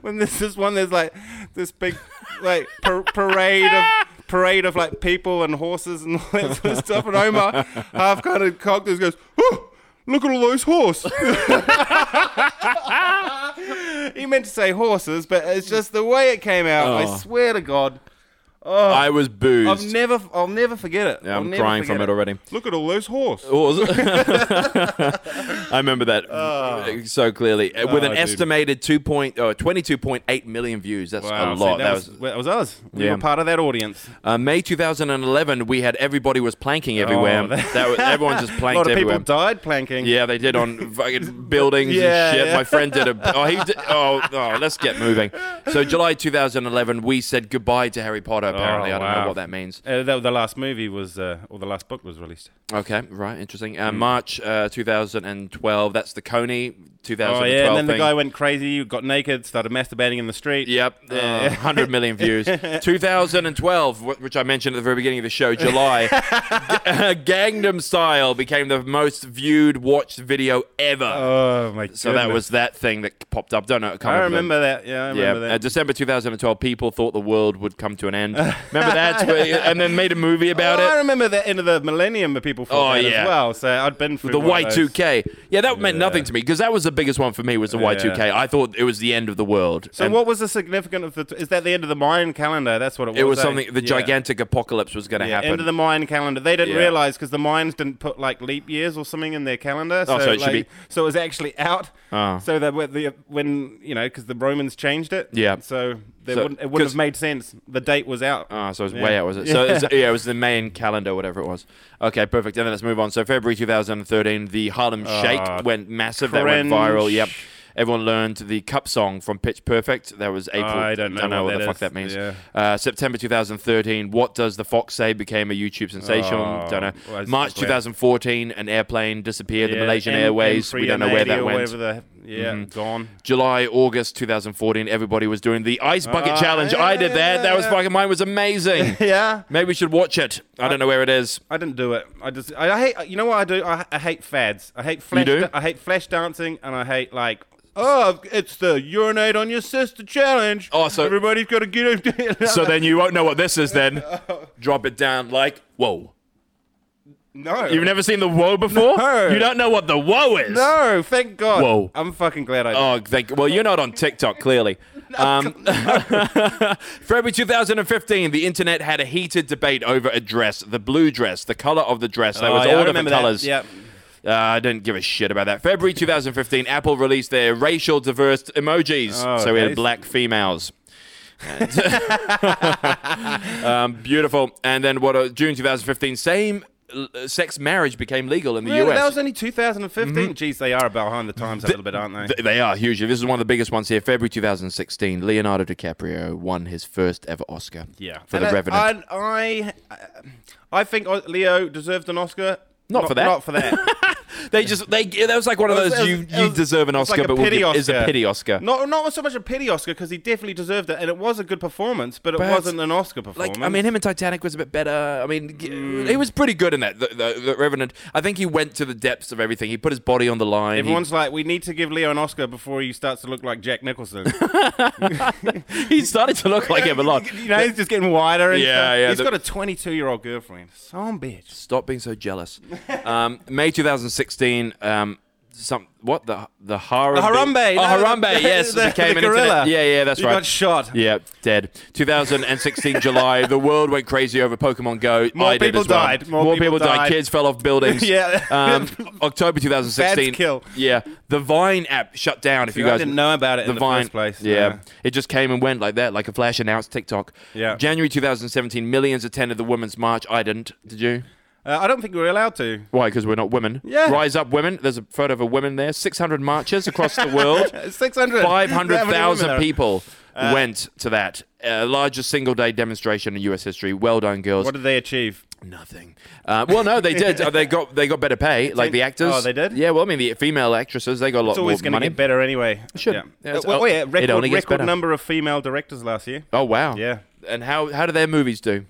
Speaker 2: when there's this one, there's like this big like par- parade of. Parade of like people and horses and all that sort of stuff, and Omar half kind of cocked his goes, "Whew, "Look at all those horses!" He meant to say horses, but it's just the way it came out.
Speaker 3: Oh.
Speaker 2: I swear to God,
Speaker 3: I was boozed.
Speaker 2: I've never, I'll never forget it.
Speaker 3: Yeah,
Speaker 2: I'll
Speaker 3: I'm
Speaker 2: never
Speaker 3: crying from
Speaker 2: forget
Speaker 3: it already.
Speaker 2: Look at all those horses.
Speaker 3: What was it? I remember that so clearly. Uh, With an
Speaker 2: Oh, Ah. dude.
Speaker 3: estimated 2 point, oh, 22.8 million views. That's a lot. that was,
Speaker 2: that was us. We
Speaker 3: Yeah.
Speaker 2: were part of that audience.
Speaker 3: uh, May 2011. We had everybody was planking everywhere.
Speaker 2: Oh,
Speaker 3: that,
Speaker 2: that-
Speaker 3: was, everyone just
Speaker 2: A
Speaker 3: planked
Speaker 2: lot of
Speaker 3: everywhere.
Speaker 2: people died planking.
Speaker 3: um, Yeah, they did on fucking buildings
Speaker 2: Yeah,
Speaker 3: and shit.
Speaker 2: yeah.
Speaker 3: My friend did a. Oh, he did, oh, oh, let's get moving. So, July 2011, we said goodbye to Harry Potter, apparently. I don't know
Speaker 2: Oh, wow.
Speaker 3: what that means.
Speaker 2: Uh, that, the last movie was, uh, or the last book was released.
Speaker 3: Okay, right, interesting. Uh, March uh, 2012, that's the Coney 2012
Speaker 2: Hmm. Oh yeah, and then the
Speaker 3: thing.
Speaker 2: guy went crazy, got naked, started masturbating in the street.
Speaker 3: Yep, uh,
Speaker 2: Oh.
Speaker 3: 100 million views. 2012, wh- which I mentioned at the very beginning of the show, July, G- Gangnam Style became the most viewed, watched video ever.
Speaker 2: Oh my.
Speaker 3: so that was that thing that popped up. Don't know. I, can't
Speaker 2: I
Speaker 3: remember
Speaker 2: remember that. Yeah, I
Speaker 3: Yeah,
Speaker 2: remember
Speaker 3: uh,
Speaker 2: that.
Speaker 3: December 2012, people thought the world would come to an end. Remember that? Where- and then made a movie about
Speaker 2: Oh, I
Speaker 3: it.
Speaker 2: remember the end of the millennium, but people
Speaker 3: Oh,
Speaker 2: thought that
Speaker 3: yeah.
Speaker 2: as well. So I'd been through
Speaker 3: The
Speaker 2: one of those.
Speaker 3: Y2K. Yeah, that meant
Speaker 2: Yeah.
Speaker 3: nothing to me because that was the biggest one for me was the Y2K. I thought it was the end of the world.
Speaker 2: So
Speaker 3: And
Speaker 2: what was the significance of the? is that the end of the Mayan calendar? That's what it was.
Speaker 3: It was
Speaker 2: eh?
Speaker 3: something, the
Speaker 2: Yeah.
Speaker 3: gigantic apocalypse was going to
Speaker 2: Yeah,
Speaker 3: happen.
Speaker 2: end of the Mayan calendar. They didn't
Speaker 3: Yeah.
Speaker 2: realize because the Mayans didn't put like leap years or something in their calendar.
Speaker 3: Oh, so it should
Speaker 2: like,
Speaker 3: be-
Speaker 2: So it was actually out.
Speaker 3: Oh.
Speaker 2: So that when the when you know because the Romans changed it.
Speaker 3: Yeah.
Speaker 2: So they
Speaker 3: So-
Speaker 2: wouldn't it wouldn't
Speaker 3: 'cause-
Speaker 2: have made sense. The date was out.
Speaker 3: Ah, so it was
Speaker 2: Yeah.
Speaker 3: way out, was it? So it's, yeah, it was the main calendar, whatever it was. Okay, perfect. And then let's move on. So February 2013, the Harlem Shake went massive. That went
Speaker 2: Ah, cringe.
Speaker 3: viral. Yep. Everyone learned the cup song from Pitch Perfect. That was April.
Speaker 2: I don't know
Speaker 3: what,
Speaker 2: what
Speaker 3: the
Speaker 2: that
Speaker 3: fuck
Speaker 2: is.
Speaker 3: that means.
Speaker 2: Yeah.
Speaker 3: Uh, September 2013, What Does the Fox Say became a YouTube sensation.
Speaker 2: Oh,
Speaker 3: don't know.
Speaker 2: well, it's
Speaker 3: March
Speaker 2: not clear.
Speaker 3: 2014, an airplane disappeared.
Speaker 2: Yeah,
Speaker 3: the Malaysian
Speaker 2: M-
Speaker 3: Airways. We
Speaker 2: M3
Speaker 3: don't know where
Speaker 2: M80
Speaker 3: that
Speaker 2: or
Speaker 3: went. Mm-hmm.
Speaker 2: whatever the- yeah, gone.
Speaker 3: July, August 2014, everybody was doing the ice bucket
Speaker 2: Ah,
Speaker 3: challenge.
Speaker 2: yeah,
Speaker 3: I did
Speaker 2: yeah,
Speaker 3: that.
Speaker 2: yeah,
Speaker 3: that was
Speaker 2: yeah.
Speaker 3: fucking mine was amazing.
Speaker 2: Yeah.
Speaker 3: Maybe we should watch it. I don't know where it is.
Speaker 2: I didn't do it. I just I, I hate you know what I do. I, I hate fads. I hate flash.
Speaker 3: do?
Speaker 2: I hate flash dancing, and I hate like. Oh, it's the urinate on your sister challenge.
Speaker 3: Oh, so-
Speaker 2: everybody's got to get it.
Speaker 3: So then you won't know what this is then. Drop it down like, whoa.
Speaker 2: No.
Speaker 3: You've never seen the Woe before?
Speaker 2: No.
Speaker 3: You don't know what the Woe is?
Speaker 2: No, thank God.
Speaker 3: Whoa.
Speaker 2: I'm fucking glad I did.
Speaker 3: Oh, thank Well, you're not on TikTok, clearly. Um, February 2015, the internet had a heated debate over a dress, the blue dress, the color of the dress. There
Speaker 2: Oh,
Speaker 3: was
Speaker 2: yeah, I
Speaker 3: all different
Speaker 2: remember that.
Speaker 3: colors.
Speaker 2: Yep.
Speaker 3: Uh, I didn't give a shit about that. February 2015, Apple released their racial diverse emojis.
Speaker 2: Oh,
Speaker 3: so we had
Speaker 2: okay.
Speaker 3: black females. um, beautiful. And then what? Uh, June 2015, same uh, sex marriage became legal in the Mm-hmm.
Speaker 2: Really?
Speaker 3: US.
Speaker 2: That was only 2015. Geez, they are behind the times a little bit, aren't they?
Speaker 3: Th- They are huge. This is one of the biggest ones here. February 2016, Leonardo DiCaprio won his first ever Oscar.
Speaker 2: yeah.
Speaker 3: for
Speaker 2: And
Speaker 3: The
Speaker 2: I-
Speaker 3: Revenant.
Speaker 2: I, I, I think uh, Leo deserved an Oscar.
Speaker 3: Not for that.
Speaker 2: Not for that.
Speaker 3: they just they that was like one of
Speaker 2: It was-
Speaker 3: those
Speaker 2: it was-
Speaker 3: you
Speaker 2: it
Speaker 3: you
Speaker 2: was-
Speaker 3: deserve an
Speaker 2: it was like
Speaker 3: Oscar,
Speaker 2: a
Speaker 3: but we'll
Speaker 2: pity
Speaker 3: give- is a pity Oscar.
Speaker 2: Not not so much a pity Oscar because he definitely deserved it, and it was a good performance, but it
Speaker 3: But,
Speaker 2: wasn't an Oscar performance.
Speaker 3: Like I mean, him in Titanic was a bit better. I mean, g-
Speaker 2: Mm.
Speaker 3: he was pretty good in that. The, the, the Revenant. I think he went to the depths of everything. He put his body on the line. He-
Speaker 2: everyone's like, we need to give Leo an Oscar before he starts to look like Jack Nicholson.
Speaker 3: he started to look like him a lot.
Speaker 2: you know, he's just getting wider. And
Speaker 3: Oh, Yeah,
Speaker 2: stuff.
Speaker 3: yeah,
Speaker 2: He's
Speaker 3: the-
Speaker 2: got a 22 year old girlfriend. Some bitch.
Speaker 3: Stop being so jealous. Um, May 2016. Um, some what the the Harambe?
Speaker 2: Harambe,
Speaker 3: Oh,
Speaker 2: no, the-
Speaker 3: Harambe. yes,
Speaker 2: the-
Speaker 3: it became
Speaker 2: the
Speaker 3: an internet-
Speaker 2: gorilla.
Speaker 3: Yeah, yeah, that's
Speaker 2: He
Speaker 3: right.
Speaker 2: got shot.
Speaker 3: Yeah, dead. 2016 July. The world went crazy over Pokemon Go.
Speaker 2: More
Speaker 3: I did
Speaker 2: people
Speaker 3: as well.
Speaker 2: died. More people
Speaker 3: people died.
Speaker 2: died.
Speaker 3: Kids fell off buildings.
Speaker 2: Yeah.
Speaker 3: Um, October 2016.
Speaker 2: Fads kill.
Speaker 3: Yeah. The Vine app shut down. If you
Speaker 2: I
Speaker 3: guys
Speaker 2: didn't know about it in the first place,
Speaker 3: Yeah.
Speaker 2: no.
Speaker 3: It just came and went like that, like a flash announced TikTok.
Speaker 2: Yeah.
Speaker 3: January 2017, millions attended the Women's March. I didn't. Did you?
Speaker 2: Uh, I don't think we were allowed to.
Speaker 3: Why? Because we're not women.
Speaker 2: Yeah.
Speaker 3: Rise up, women. There's a photo of a woman there. 600 marches across the world.
Speaker 2: 600.
Speaker 3: 500,000
Speaker 2: How many women are-
Speaker 3: people went to that. Uh, largest single day demonstration in U.S. history. Well done, girls.
Speaker 2: What did they achieve?
Speaker 3: Nothing. Uh, well, no, they did. Uh, they got they got better pay, like the actors.
Speaker 2: Oh, they did?
Speaker 3: Yeah. Well, I mean, the female actresses they got a lot
Speaker 2: It's always
Speaker 3: more
Speaker 2: going to
Speaker 3: Uh, money.
Speaker 2: get better anyway.
Speaker 3: Should.
Speaker 2: Yeah.
Speaker 3: Yeah,
Speaker 2: Uh,
Speaker 3: it's-
Speaker 2: well,
Speaker 3: oh,
Speaker 2: yeah,
Speaker 3: it
Speaker 2: record,
Speaker 3: only gets
Speaker 2: record
Speaker 3: better.
Speaker 2: number of female directors last year.
Speaker 3: Oh wow.
Speaker 2: Yeah.
Speaker 3: And how how do their movies do?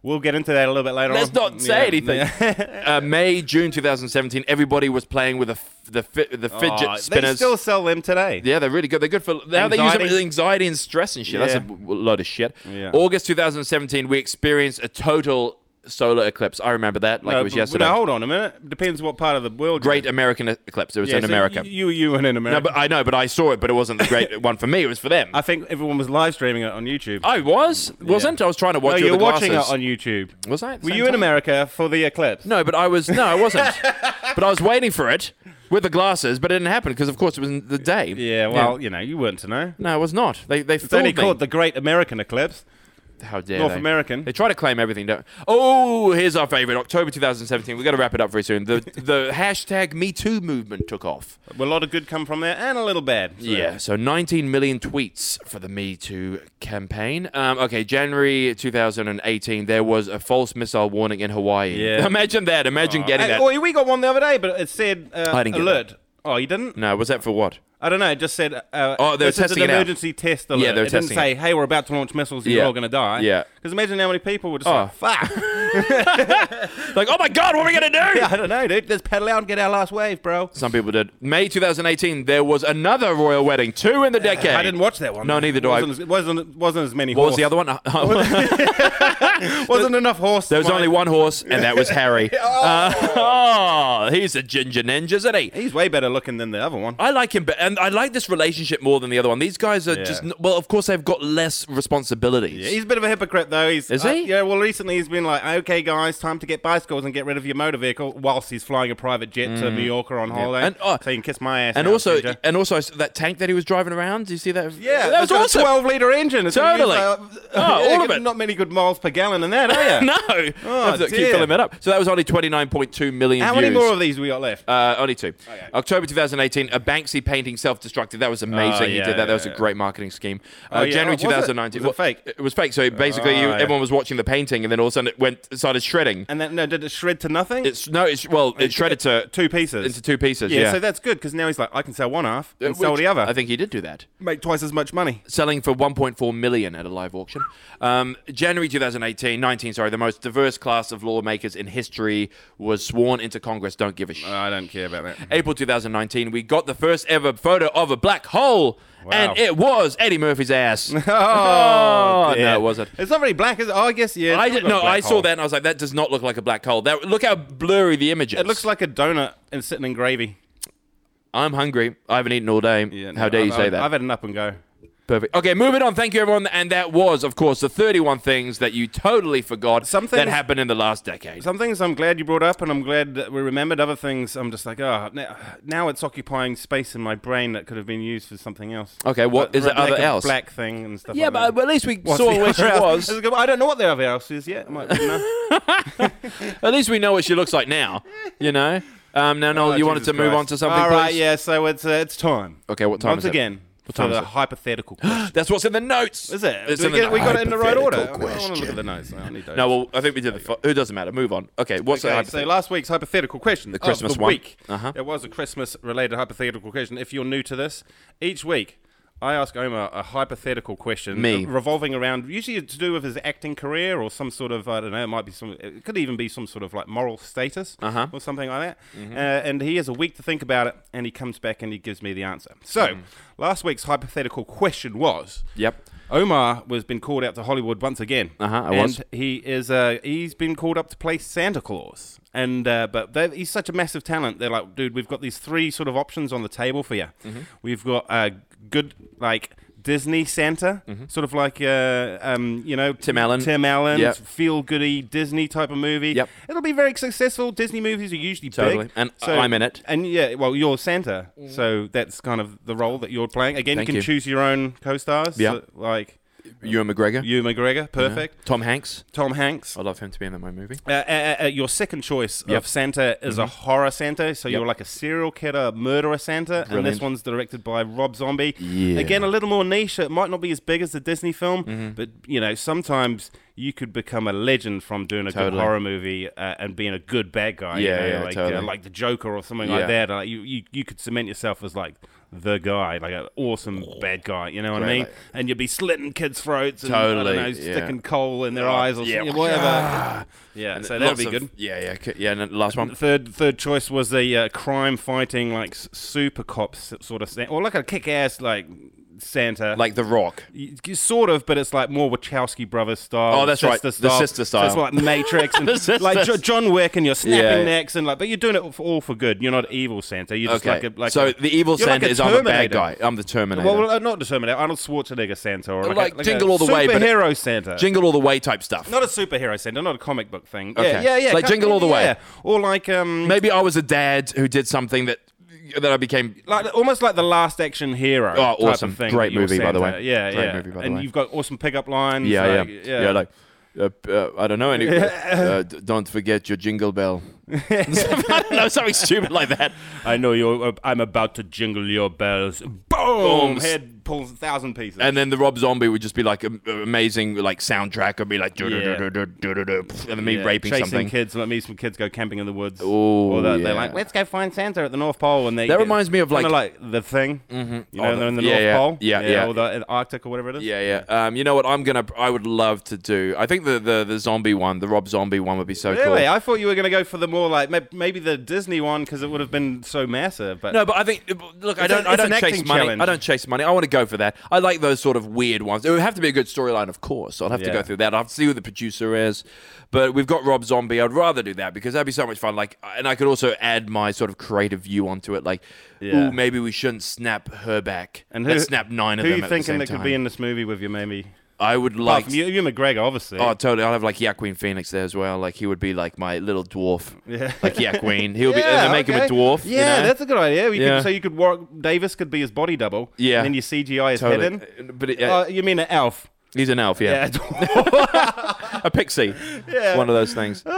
Speaker 2: We'll get into that a little bit later
Speaker 3: Let's
Speaker 2: on.
Speaker 3: not say
Speaker 2: Yeah.
Speaker 3: anything. uh, May June 2017, everybody was playing with the f- the fi- the fidget
Speaker 2: Oh,
Speaker 3: spinners.
Speaker 2: They still sell them today.
Speaker 3: Yeah, they're really good. They're good for now. They use them
Speaker 2: Anxiety.
Speaker 3: as anxiety and stress and shit. That's a
Speaker 2: Yeah.
Speaker 3: w- w- load of shit.
Speaker 2: Yeah.
Speaker 3: August 2017, we experienced a total solar eclipse. I remember that like
Speaker 2: No,
Speaker 3: it was
Speaker 2: Uh, but-
Speaker 3: yesterday.
Speaker 2: No, hold on a minute. Depends what part of the world.
Speaker 3: Great American e- eclipse. It was
Speaker 2: you're in.
Speaker 3: in
Speaker 2: Yeah, so
Speaker 3: America.
Speaker 2: You, you and in
Speaker 3: no,
Speaker 2: America.
Speaker 3: but I know, but I saw it, but it wasn't the great one for me. It was for them.
Speaker 2: I think everyone was live streaming it on YouTube.
Speaker 3: I was wasn't. I was trying to watch
Speaker 2: no,
Speaker 3: it.
Speaker 2: you were
Speaker 3: with the
Speaker 2: watching it
Speaker 3: glasses.
Speaker 2: on YouTube.
Speaker 3: Was I? at the
Speaker 2: Were
Speaker 3: same
Speaker 2: you in
Speaker 3: time?
Speaker 2: America for the eclipse?
Speaker 3: No, but I was. No, I wasn't. but I was waiting for it with the glasses, but it didn't happen because, of course, it was in the day.
Speaker 2: Yeah, well, you know, you weren't to know.
Speaker 3: No, it was not. They they
Speaker 2: It's only
Speaker 3: fooled me.
Speaker 2: called the Great American Eclipse.
Speaker 3: How dare
Speaker 2: North
Speaker 3: they?
Speaker 2: American.
Speaker 3: They try to claim everything. Don't. Oh, here's our favorite. October 2017. We've got to wrap it up very soon. The the hashtag Me Too movement took off.
Speaker 2: Well, a lot of good come from there and a little bad. so-
Speaker 3: Yeah. So 19 million tweets for the Me Too campaign. Um, okay, January 2018. There was a false missile warning in Hawaii.
Speaker 2: Yeah.
Speaker 3: Imagine that. Imagine getting
Speaker 2: And-
Speaker 3: that.
Speaker 2: oh, we got one the other day, but it said uh,
Speaker 3: I didn't get
Speaker 2: alert. Oh, you didn't?
Speaker 3: no, was that for what?
Speaker 2: I don't know. It just said, uh,
Speaker 3: Oh, they were
Speaker 2: this
Speaker 3: testing
Speaker 2: is
Speaker 3: it
Speaker 2: an
Speaker 3: out.
Speaker 2: emergency test alert.
Speaker 3: Yeah, they were
Speaker 2: it didn't
Speaker 3: testing
Speaker 2: say, hey, we're about to launch missiles and
Speaker 3: Yeah.
Speaker 2: you're all going to die.
Speaker 3: Yeah.
Speaker 2: Because imagine how many people were just
Speaker 3: Oh.
Speaker 2: like, fuck.
Speaker 3: Like, oh my God, what are we gonna do?
Speaker 2: I don't know, dude. Let's paddle out and get our last wave, bro.
Speaker 3: Some people did. May 2018. There was another royal wedding. Two in the decade.
Speaker 2: Uh, I didn't watch that one.
Speaker 3: No, neither do I.
Speaker 2: wasn't As, wasn't, wasn't as many
Speaker 3: What was
Speaker 2: horse.
Speaker 3: the other one?
Speaker 2: Wasn't enough horse.
Speaker 3: There was
Speaker 2: wine.
Speaker 3: only one horse, and that was Harry. Uh, oh, he's a ginger ninja, isn't he?
Speaker 2: He's way better looking than the other one.
Speaker 3: I like him, but and I like this relationship more than the other one. These guys are
Speaker 2: Yeah.
Speaker 3: just n- well, of course they've got less responsibilities.
Speaker 2: Yeah, he's a bit of a hypocrite, though. He's, uh,
Speaker 3: Is he?
Speaker 2: Yeah, well, recently he's been like, okay, guys, time to get bicycles and get rid of your motor vehicle whilst he's flying a private jet to New York or on holiday.
Speaker 3: Mm. And, oh,
Speaker 2: so you can kiss my ass.
Speaker 3: and
Speaker 2: now,
Speaker 3: also,
Speaker 2: Ginger.
Speaker 3: and also that tank that he was driving around. Do you see that?
Speaker 2: yeah,
Speaker 3: that was
Speaker 2: it's got
Speaker 3: awesome.
Speaker 2: a 12 litre engine. It's gonna
Speaker 3: Totally.
Speaker 2: use, uh,
Speaker 3: Oh, all of it.
Speaker 2: Not many good miles per gallon in that, are you?
Speaker 3: no,
Speaker 2: Oh,
Speaker 3: That's- keep
Speaker 2: dear.
Speaker 3: filling that up. So that was only twenty nine point two million.
Speaker 2: How many
Speaker 3: views.
Speaker 2: more of these we got left?
Speaker 3: Uh, only two.
Speaker 2: Oh,
Speaker 3: October 2018, a Banksy painting self-destructed. That was amazing. he
Speaker 2: yeah,
Speaker 3: did that. that was a
Speaker 2: Oh, yeah.
Speaker 3: great marketing scheme. Uh,
Speaker 2: Oh, yeah.
Speaker 3: January
Speaker 2: Oh, was it?
Speaker 3: 2019.
Speaker 2: Was it fake?
Speaker 3: It was fake. So basically, you,
Speaker 2: Oh, yeah.
Speaker 3: everyone was watching the painting, and then all of a sudden it went started shredding.
Speaker 2: and then, no, did it shred to nothing?
Speaker 3: It's no, it's well, it shredded to
Speaker 2: two pieces.
Speaker 3: into two pieces. Yeah,
Speaker 2: yeah, so that's good because now he's like, I can sell one half and
Speaker 3: Uh,
Speaker 2: sell
Speaker 3: which
Speaker 2: the other.
Speaker 3: I think he did do that,
Speaker 2: make twice as much money.
Speaker 3: selling for 1.4 million at a live auction. Um, January 2018, 19, sorry, the most diverse class of lawmakers in history
Speaker 2: Oh,
Speaker 3: was sworn into Congress. Don't give a shit.
Speaker 2: I don't care about that.
Speaker 3: April 2019, we got the first ever photo of a black hole,
Speaker 2: Wow.
Speaker 3: and it was Eddie Murphy's ass.
Speaker 2: Oh,
Speaker 3: no,
Speaker 2: dear.
Speaker 3: it wasn't.
Speaker 2: It's not very black, is it? Oh, I guess yeah. it's
Speaker 3: I
Speaker 2: not
Speaker 3: did,
Speaker 2: got a
Speaker 3: no,
Speaker 2: black
Speaker 3: I saw
Speaker 2: hole.
Speaker 3: that and I was like, that does not look like a black hole. That look how blurry the image is.
Speaker 2: It looks like a donut and sitting in gravy.
Speaker 3: I'm hungry. I haven't eaten all day.
Speaker 2: Yeah, no,
Speaker 3: how dare you
Speaker 2: I've-
Speaker 3: say
Speaker 2: I've-
Speaker 3: that?
Speaker 2: I've had an up and go.
Speaker 3: Perfect. Okay, moving on. Thank you, everyone. And that was, of course, the 31 things that you totally forgot
Speaker 2: Some
Speaker 3: that
Speaker 2: things-
Speaker 3: happened in the last decade.
Speaker 2: Some things I'm glad you brought up, and I'm glad that we remembered. Other things I'm just like, oh, now, now it's occupying space in my brain that could have been used for something else.
Speaker 3: Okay, what
Speaker 2: Like-
Speaker 3: is the
Speaker 2: like
Speaker 3: other
Speaker 2: a
Speaker 3: else?
Speaker 2: Black thing and stuff.
Speaker 3: yeah,
Speaker 2: like
Speaker 3: but
Speaker 2: that.
Speaker 3: but at least we
Speaker 2: What's
Speaker 3: saw
Speaker 2: the
Speaker 3: where she
Speaker 2: other else?
Speaker 3: was.
Speaker 2: This is good. I don't know what the other else is yet. I might be- no.
Speaker 3: At least we know what she looks like now. You know. Um, now, Noel,
Speaker 2: Oh,
Speaker 3: you wanted to
Speaker 2: Jesus
Speaker 3: move
Speaker 2: Christ.
Speaker 3: on to something,
Speaker 2: All right,
Speaker 3: please?
Speaker 2: yeah. So it's uh, it's time.
Speaker 3: Okay, what time
Speaker 2: Once
Speaker 3: is it?
Speaker 2: again,
Speaker 3: What
Speaker 2: for
Speaker 3: time is
Speaker 2: the
Speaker 3: it?
Speaker 2: hypothetical question.
Speaker 3: That's what's in the notes.
Speaker 2: is it?
Speaker 3: It's
Speaker 2: Do
Speaker 3: in
Speaker 2: we,
Speaker 3: the
Speaker 2: get, we got it in the right order.
Speaker 6: Hypothetical
Speaker 2: I want to look
Speaker 6: question.
Speaker 2: at the notes. I need those.
Speaker 3: No, well, I think we did the. It doesn't matter. Move on. Okay, what's the
Speaker 2: Okay, so
Speaker 3: hypothetical?
Speaker 2: last week's hypothetical question, the
Speaker 3: Christmas
Speaker 2: of the
Speaker 3: one.
Speaker 2: week,
Speaker 3: Uh-huh.
Speaker 2: it was a Christmas-related hypothetical question. If you're new to this, each week I ask Omar a hypothetical question,
Speaker 3: Me.
Speaker 2: revolving around usually to do with his acting career or some sort of I don't know, it might be some, it could even be some sort of like moral status
Speaker 3: Uh-huh. Mm-hmm.
Speaker 2: or something like that. Uh, and he has a week to think about it, and he comes back and he gives me the answer. So last week's hypothetical question was.
Speaker 3: Mm. Yep.
Speaker 2: Omar was been called out to Hollywood once again.
Speaker 3: Uh-huh, I
Speaker 2: and
Speaker 3: was.
Speaker 2: he is uh, he's been called up to play Santa Claus. And uh, but they- he's such a massive talent. They're like, dude, we've got these three sort of options on the table for you.
Speaker 3: Mm-hmm.
Speaker 2: We've got uh, good like Disney Santa, sort of like uh, um, you know
Speaker 3: Mm-hmm. Tim Allen.
Speaker 2: Tim Allen,
Speaker 3: Yep.
Speaker 2: feel goody Disney type of movie.
Speaker 3: Yep.
Speaker 2: It'll be very successful. Disney movies are usually
Speaker 3: Totally.
Speaker 2: big,
Speaker 3: And I'm in it. Mm.
Speaker 2: And yeah, well, you're Santa, so that's kind of the role that you're playing. Again,
Speaker 3: Thank
Speaker 2: you can
Speaker 3: you.
Speaker 2: choose your own co-stars.
Speaker 3: Yeah.
Speaker 2: so, like.
Speaker 3: Ewan McGregor.
Speaker 2: You McGregor, perfect.
Speaker 3: Tom Hanks.
Speaker 2: Tom Hanks.
Speaker 3: I love him to be in that my movie.
Speaker 2: Uh, uh, uh, uh, your second choice
Speaker 3: Yep. Mm-hmm.
Speaker 2: of Santa is a horror Santa, so you're like a serial killer, murderer Santa, and
Speaker 3: Brilliant.
Speaker 2: this one's directed by Rob Zombie.
Speaker 3: Yeah. Mm-hmm.
Speaker 2: Again, a little more niche. It might not be as big as the Disney film, but you know, sometimes you could become a legend from doing a good
Speaker 3: Totally.
Speaker 2: horror movie uh, and being a good bad guy. you
Speaker 3: Yeah,
Speaker 2: know,
Speaker 3: yeah,
Speaker 2: like
Speaker 3: totally.
Speaker 2: uh, like the Joker or something
Speaker 3: Yeah.
Speaker 2: like that. Like you, you, you could cement yourself as like. The guy, like an awesome bad guy, you know what I
Speaker 3: Great,
Speaker 2: mean?
Speaker 3: like-
Speaker 2: and you'd be slitting kids' throats and
Speaker 3: Totally,
Speaker 2: I don't know,
Speaker 3: yeah.
Speaker 2: sticking coal in their eyes or
Speaker 3: yeah,
Speaker 2: something, whatever. Yeah, so that'd
Speaker 3: Lots
Speaker 2: be
Speaker 3: of-
Speaker 2: good.
Speaker 3: Yeah, yeah, okay, yeah. And then last one.
Speaker 2: Third, third choice was the uh, crime-fighting, like s- super cop s- sort of, Santa, or like a kick-ass like Santa,
Speaker 3: Like The Rock.
Speaker 2: Y- y- sort of, but it's like more Wachowski brothers style.
Speaker 3: Oh, that's right,
Speaker 2: sister
Speaker 3: the
Speaker 2: Style.
Speaker 3: sister
Speaker 2: So it's
Speaker 3: style.
Speaker 2: like Matrix, and like Jo-
Speaker 3: sisters.
Speaker 2: John Wick, and you're snapping
Speaker 3: Yeah, yeah.
Speaker 2: necks, and like, but you're doing it for, all for good. You're not evil Santa. You're just
Speaker 3: Okay.
Speaker 2: like a like.
Speaker 3: so
Speaker 2: a-
Speaker 3: the evil
Speaker 2: you're like
Speaker 3: Santa
Speaker 2: a
Speaker 3: is I'm a bad
Speaker 2: Terminator.
Speaker 3: guy. I'm the Terminator.
Speaker 2: Well, uh, not the Terminator. Arnold Schwarzenegger Santa, or like, a-
Speaker 3: Like
Speaker 2: a
Speaker 3: Jingle All the Way, but-
Speaker 2: superhero Santa.
Speaker 3: Jingle all the way type stuff.
Speaker 2: not a superhero Santa, not a comic book thing. Yeah,
Speaker 3: Okay.
Speaker 2: yeah, yeah.
Speaker 3: Like
Speaker 2: come-
Speaker 3: Jingle All the Way.
Speaker 2: yeah. or like um,
Speaker 3: Maybe I was a dad who did something that that I became.
Speaker 2: like almost like the last action hero.
Speaker 3: Oh,
Speaker 2: type
Speaker 3: awesome.
Speaker 2: Of thing
Speaker 3: Great
Speaker 2: that you're
Speaker 3: movie, by the
Speaker 2: Santa.
Speaker 3: way.
Speaker 2: Yeah,
Speaker 3: Great
Speaker 2: yeah.
Speaker 3: movie, by the
Speaker 2: and
Speaker 3: way.
Speaker 2: you've got awesome pickup lines.
Speaker 3: Yeah,
Speaker 2: like,
Speaker 3: yeah, yeah, Like. Uh, p- uh, I don't know any. Uh, d- don't forget your jingle bell. I don't know something stupid like that.
Speaker 2: I know you're. uh, I'm about to jingle your bells. Boom!
Speaker 3: Boom.
Speaker 2: Head pulls a thousand pieces.
Speaker 3: And then the Rob Zombie would just be like am- amazing, like soundtrack. I'd be like, "Du-du-du-du-du-du-du," and then me
Speaker 2: Yeah,
Speaker 3: raping
Speaker 2: chasing
Speaker 3: something.
Speaker 2: kids. Let me some kids go camping in the woods.
Speaker 3: Ooh,
Speaker 2: or they're,
Speaker 3: yeah.
Speaker 2: they're like, let's go find Santa at the North Pole, and they
Speaker 3: That reminds me of,
Speaker 2: kinda
Speaker 3: like-
Speaker 2: like the thing. Mm-hmm. You know,
Speaker 3: Oh,
Speaker 2: they're in the
Speaker 3: yeah,
Speaker 2: North
Speaker 3: yeah.
Speaker 2: Pole.
Speaker 3: Yeah, yeah.
Speaker 2: Or the, the Arctic or whatever it is.
Speaker 3: Yeah, yeah. Um, you know what? I'm gonna. I would love to do. I think the the, the zombie one, the Rob Zombie one, would be so cool.
Speaker 2: Really, I thought you were going to go for the more like may- maybe the Disney one because it would have been so massive. But
Speaker 3: no, but I think look, I
Speaker 2: It's a-
Speaker 3: don't. I
Speaker 2: it's
Speaker 3: don't
Speaker 2: an
Speaker 3: chase
Speaker 2: acting
Speaker 3: money.
Speaker 2: challenge.
Speaker 3: I don't chase money. I want to go for that. I like those sort of weird ones. It would have to be a good storyline, of course. So I'll have to
Speaker 2: Yeah.
Speaker 3: go through that. I'll have to see who the producer is. But we've got Rob Zombie. I'd rather do that because that'd be so much fun. Like, and I could also add my sort of creative view onto it. Like,
Speaker 2: Yeah.
Speaker 3: ooh, maybe we shouldn't snap her back.
Speaker 2: and who
Speaker 3: Let's snap nine of
Speaker 2: who
Speaker 3: them.
Speaker 2: you
Speaker 3: at the
Speaker 2: thinking
Speaker 3: same
Speaker 2: that
Speaker 3: time.
Speaker 2: could be in this movie with you, maybe?
Speaker 3: I would
Speaker 2: Apart
Speaker 3: like.
Speaker 2: from you, you McGregor, obviously.
Speaker 3: Oh, totally. I'll have like Yaqueen Phoenix there as well. Like he would be like my little dwarf.
Speaker 2: Yeah.
Speaker 3: Like Yaqueen. He'll be and they make him a
Speaker 2: okay.
Speaker 3: dwarf. you
Speaker 2: Yeah,
Speaker 3: know?
Speaker 2: that's a good idea. You
Speaker 3: Yeah.
Speaker 2: could, so you could Warwick Davis could be his body double.
Speaker 3: Yeah.
Speaker 2: and then you CGI his
Speaker 3: totally.
Speaker 2: head in.
Speaker 3: Uh, But it, uh,
Speaker 2: oh, you mean an elf?
Speaker 3: he's an elf, yeah. a pixie.
Speaker 2: Yeah.
Speaker 3: One of those things.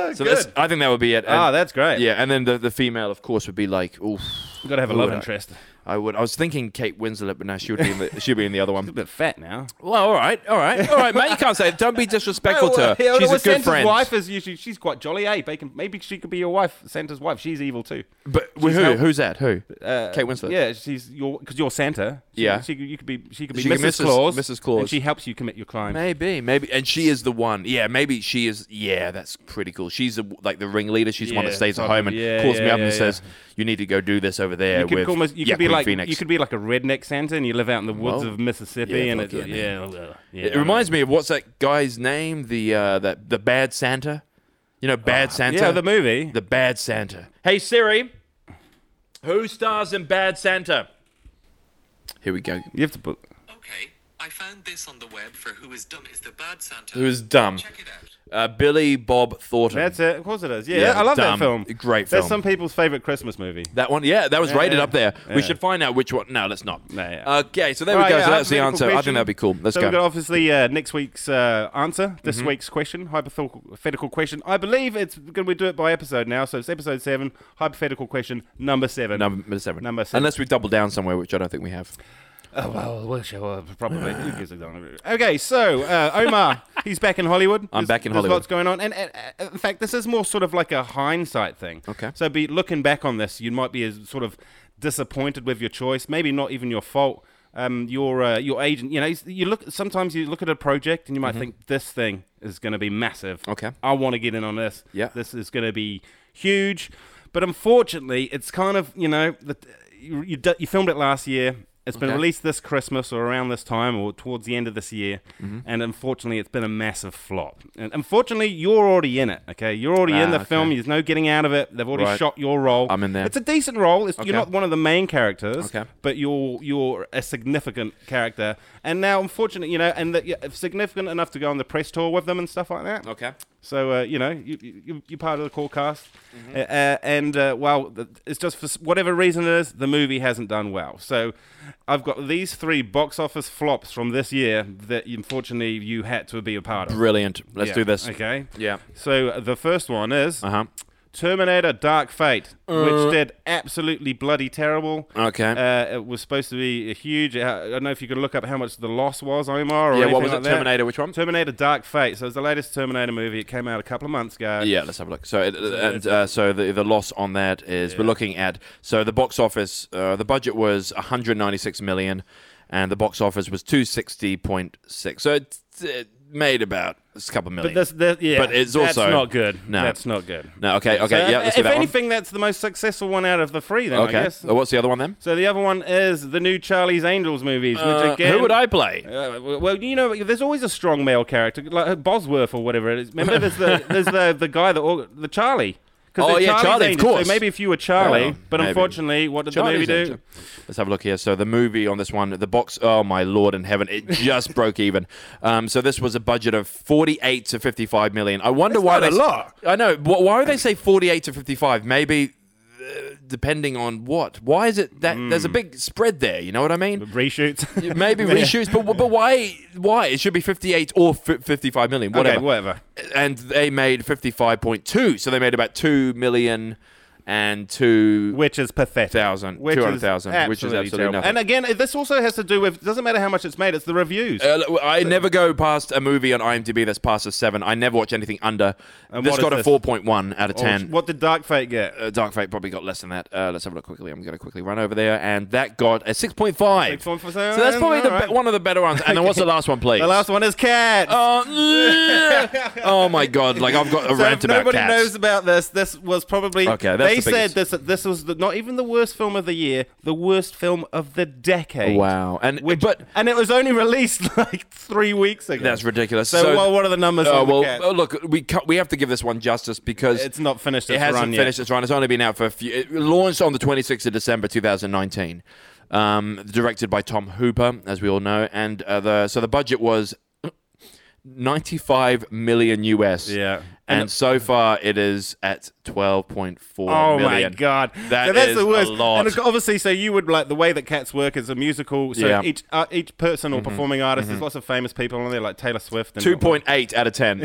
Speaker 3: So
Speaker 2: oh, good.
Speaker 3: that's, I think that would be it. And-
Speaker 2: Ah, that's great.
Speaker 3: Yeah, and then the, the female, of course, would be like, oof.
Speaker 2: got to have a
Speaker 3: Who
Speaker 2: love
Speaker 3: would I-
Speaker 2: interest.
Speaker 3: I would. I was thinking Kate Winslet, but no, she would be in the, she'd be in the other
Speaker 2: A
Speaker 3: one.
Speaker 2: bit fat now.
Speaker 3: Well, all right, all right, all right, mate. You can't say. It. Don't be disrespectful to her.
Speaker 2: Yeah,
Speaker 3: She's
Speaker 2: well,
Speaker 3: a good
Speaker 2: Santa's
Speaker 3: friend.
Speaker 2: wife is usually she's quite jolly, eh? Bacon. Maybe she could be your wife, Santa's wife. She's evil too.
Speaker 3: But who?
Speaker 2: help-
Speaker 3: Who's that? Who? Kate Winslet.
Speaker 2: Yeah, she's your because you're Santa. She-
Speaker 3: Yeah.
Speaker 2: she, you could be. She could be
Speaker 3: She could
Speaker 2: Mrs.
Speaker 3: be Mrs.
Speaker 2: Claus.
Speaker 3: Mrs. Claus.
Speaker 2: And she helps you commit your crimes.
Speaker 3: Maybe, maybe, and she is the one. Yeah, maybe she is. Yeah, that's pretty cool. She's the like the ringleader. She's the one that
Speaker 2: Yeah,
Speaker 3: stays at
Speaker 2: probably.
Speaker 3: home and
Speaker 2: Yeah,
Speaker 3: calls me
Speaker 2: yeah,
Speaker 3: up
Speaker 2: yeah,
Speaker 3: and
Speaker 2: yeah.
Speaker 3: says, "You need to go do this over there."
Speaker 2: You could,
Speaker 3: with
Speaker 2: almost, you could be
Speaker 3: in
Speaker 2: like
Speaker 3: Phoenix.
Speaker 2: you could be like a redneck Santa and you live out in the woods
Speaker 3: Whoa.
Speaker 2: of Mississippi
Speaker 3: Yeah,
Speaker 2: and
Speaker 3: fuck
Speaker 2: it,
Speaker 3: yeah,
Speaker 2: yeah,
Speaker 3: man.
Speaker 2: yeah,
Speaker 3: it reminds me of what's that guy's name? The uh, that the bad Santa. You know, bad Santa.
Speaker 2: Ah, yeah the movie.
Speaker 3: The Bad Santa. Hey Siri, who stars in Bad Santa? Here we go.
Speaker 2: You have to put.
Speaker 6: Okay, I found this on the web for Who is Dumb is the Bad Santa.
Speaker 3: Who is dumb?
Speaker 6: Check it out.
Speaker 3: Uh, Billy Bob Thornton.
Speaker 2: That's it. Of course it is. Yeah,
Speaker 3: Yeah,
Speaker 2: I love
Speaker 3: dumb.
Speaker 2: that film.
Speaker 3: Great film.
Speaker 2: That's some people's favorite Christmas movie.
Speaker 3: That one, yeah, that was rated
Speaker 2: yeah,
Speaker 3: up there. We
Speaker 2: yeah.
Speaker 3: should find out which one. No, let's not.
Speaker 2: No, yeah.
Speaker 3: Okay, so there we
Speaker 2: Right,
Speaker 3: go.
Speaker 2: yeah,
Speaker 3: so that's the
Speaker 2: hypothetical
Speaker 3: answer. I
Speaker 2: question.
Speaker 3: think that'd be cool. Let's
Speaker 2: so
Speaker 3: go. Mm-hmm.
Speaker 2: we've got obviously uh, next week's uh, answer, this week's question, hypothetical question. I believe it's going to do it by episode now. So it's episode seven, hypothetical question number seven.
Speaker 3: Number seven.
Speaker 2: Number seven.
Speaker 3: Unless we double down somewhere, which I don't think we have.
Speaker 2: Oh, well, we'll show up, probably. Who gives a darn? okay, so uh, Omar, he's back in Hollywood.
Speaker 3: I'm
Speaker 2: There's-
Speaker 3: back in
Speaker 2: there's
Speaker 3: Hollywood.
Speaker 2: Lots going on, and uh, uh, in fact, this is more sort of like a hindsight thing.
Speaker 3: Okay.
Speaker 2: So, be looking back on this, you might be as sort of disappointed with your choice. Maybe not even your fault. Um, your uh, your agent, you know, you look. Sometimes you look at a project and you might think this thing is going to be massive.
Speaker 3: Mm-hmm. Okay.
Speaker 2: I want to get in on this.
Speaker 3: Yeah.
Speaker 2: This is going to be huge. But unfortunately, it's kind of, you know, the, you, you, d- you filmed it last year. It's been
Speaker 3: Okay.
Speaker 2: released this Christmas or around this time or towards the end of this year.
Speaker 3: Mm-hmm.
Speaker 2: And unfortunately, it's been a massive flop. And unfortunately, you're already in it, okay? You're already in
Speaker 3: Ah,
Speaker 2: the film.
Speaker 3: okay.
Speaker 2: There's no getting out of it. They've already
Speaker 3: Right.
Speaker 2: shot your role.
Speaker 3: I'm in there.
Speaker 2: It's a decent role. It's,
Speaker 3: Okay.
Speaker 2: You're not one of the main characters,
Speaker 3: Okay.
Speaker 2: but you're you're a significant character. And now, unfortunately, you know, and that yeah, significant enough to go on the press tour with them and stuff like that.
Speaker 3: Okay.
Speaker 2: So uh, you know you, you you're part of the core cast,
Speaker 3: Mm-hmm.
Speaker 2: Uh, uh, and uh, well, th- it's just for s- whatever reason it is, the movie hasn't done well. So I've got these three box office flops from this year that unfortunately you had to be a part of.
Speaker 3: Brilliant. Let's
Speaker 2: Yeah,
Speaker 3: do this.
Speaker 2: Okay.
Speaker 3: Yeah.
Speaker 2: So the first one is
Speaker 3: Uh huh.
Speaker 2: Terminator: Dark Fate, which did absolutely bloody terrible.
Speaker 3: Uh. Okay.
Speaker 2: Uh, it was supposed to be a huge. uh, I don't know if you could look up how much the loss was, Omar. Or
Speaker 3: Yeah, what was
Speaker 2: anything
Speaker 3: it?
Speaker 2: like that.
Speaker 3: Terminator, which one?
Speaker 2: Terminator: Dark Fate. So it's the latest Terminator movie. It came out a couple of months ago.
Speaker 3: Yeah, let's have a look. So, it, and uh, so the the loss on that is we're looking at so the box office. Uh, the budget was 196 million, and the box office was 260.6. So it, it made about a couple million.
Speaker 2: But this, this, yeah,
Speaker 3: But it's also-
Speaker 2: that's not good.
Speaker 3: No.
Speaker 2: that's not good.
Speaker 3: no, okay, okay,
Speaker 2: So
Speaker 3: yeah.
Speaker 2: if-
Speaker 3: Let's do
Speaker 2: if
Speaker 3: that
Speaker 2: anything, that's the most successful one out of the three. Then
Speaker 3: one.
Speaker 2: I
Speaker 3: Okay.
Speaker 2: guess.
Speaker 3: Uh, What's the other one then?
Speaker 2: So the other one is the new Charlie's Angels movies, which
Speaker 3: Uh,
Speaker 2: again,
Speaker 3: who would I play?
Speaker 2: Uh, w- well, you know, there's always a strong male character, like uh, Bosworth or whatever it is. Remember, there's the there's the the guy that org- the Charlie. 'Cause
Speaker 3: Oh,
Speaker 2: they're
Speaker 3: yeah,
Speaker 2: Charlie's
Speaker 3: Charlie, of
Speaker 2: Angels,
Speaker 3: course.
Speaker 2: So maybe if you were Charlie,
Speaker 3: Oh,
Speaker 2: but
Speaker 3: maybe.
Speaker 2: unfortunately, what did
Speaker 3: Charlie's
Speaker 2: the movie do?
Speaker 3: Angel. Let's have a look here. So the movie on this one, the box. Oh my lord in heaven! It just broke even. Um, so this was a budget of forty-eight to fifty-five million. I wonder
Speaker 2: That's
Speaker 3: why
Speaker 2: not a
Speaker 3: they.
Speaker 2: lot.
Speaker 3: I know. Wh- Why would they say forty-eight to fifty-five? Maybe uh, depending on what. Why is it that there's a
Speaker 2: Hmm.
Speaker 3: big spread there? You know what I mean?
Speaker 2: Reshoots.
Speaker 3: Maybe reshoots, but but why? Why it should be fifty-eight or f- fifty-five million? Whatever.
Speaker 2: okay, whatever.
Speaker 3: And they made fifty-five point two. So they made about two million and two.
Speaker 2: Which is pathetic.
Speaker 3: 200,000,
Speaker 2: Which is
Speaker 3: 200,000, which is absolutely
Speaker 2: terrible.
Speaker 3: nothing.
Speaker 2: And again, uh, this also has to do with. Doesn't matter how much it's made. It's the reviews.
Speaker 3: Uh, look, I never go past a movie on IMDb that's past a seven. I never watch anything under.
Speaker 2: And
Speaker 3: this
Speaker 2: what is
Speaker 3: got a
Speaker 2: this?
Speaker 3: four point one out of
Speaker 2: Or
Speaker 3: ten.
Speaker 2: What did Dark Fate get?
Speaker 3: Uh, Dark Fate probably got less than that. Uh, let's have a look quickly. I'm going to quickly run over there, and that got a six point five. So
Speaker 2: 6.5,
Speaker 3: that's probably the
Speaker 2: alright.
Speaker 3: be- one of the better ones. And then what's the last one, please?
Speaker 2: The last one is Cat.
Speaker 3: Oh, yeah. oh my god! Like I've got a
Speaker 2: So
Speaker 3: rant
Speaker 2: if
Speaker 3: about
Speaker 2: nobody
Speaker 3: cats.
Speaker 2: knows about this. This was probably
Speaker 3: Okay, that's
Speaker 2: they
Speaker 3: the
Speaker 2: said
Speaker 3: biggest.
Speaker 2: this this was the, not even the worst film of the year, the worst film of the decade.
Speaker 3: Wow. And- but-
Speaker 2: and it was only released like three weeks ago.
Speaker 3: That's ridiculous.
Speaker 2: So, well, what are the numbers?
Speaker 3: Oh
Speaker 2: on the
Speaker 3: well,
Speaker 2: Cat?
Speaker 3: oh, look, we ca- we have to give this one justice because
Speaker 2: it's not finished.
Speaker 3: it
Speaker 2: its
Speaker 3: hasn't
Speaker 2: run yet.
Speaker 3: finished its run. It's only been out for a few. It launched on the 26th of December 2019. Um, directed by Tom Hooper, as we all know, and uh, the so the budget was 95 million US.
Speaker 2: Yeah.
Speaker 3: and,
Speaker 2: And the-
Speaker 3: so far it is at 12.4
Speaker 2: Oh
Speaker 3: million.
Speaker 2: my god,
Speaker 3: That
Speaker 2: so that's
Speaker 3: is
Speaker 2: the worst.
Speaker 3: a lot.
Speaker 2: And it's obviously, so you would like the way that cats work is a musical. So
Speaker 3: Yeah. Mm-hmm.
Speaker 2: each uh, each person or performing artist, there's lots of famous people on there, like Taylor Swift. And
Speaker 3: 2.8 out of 10.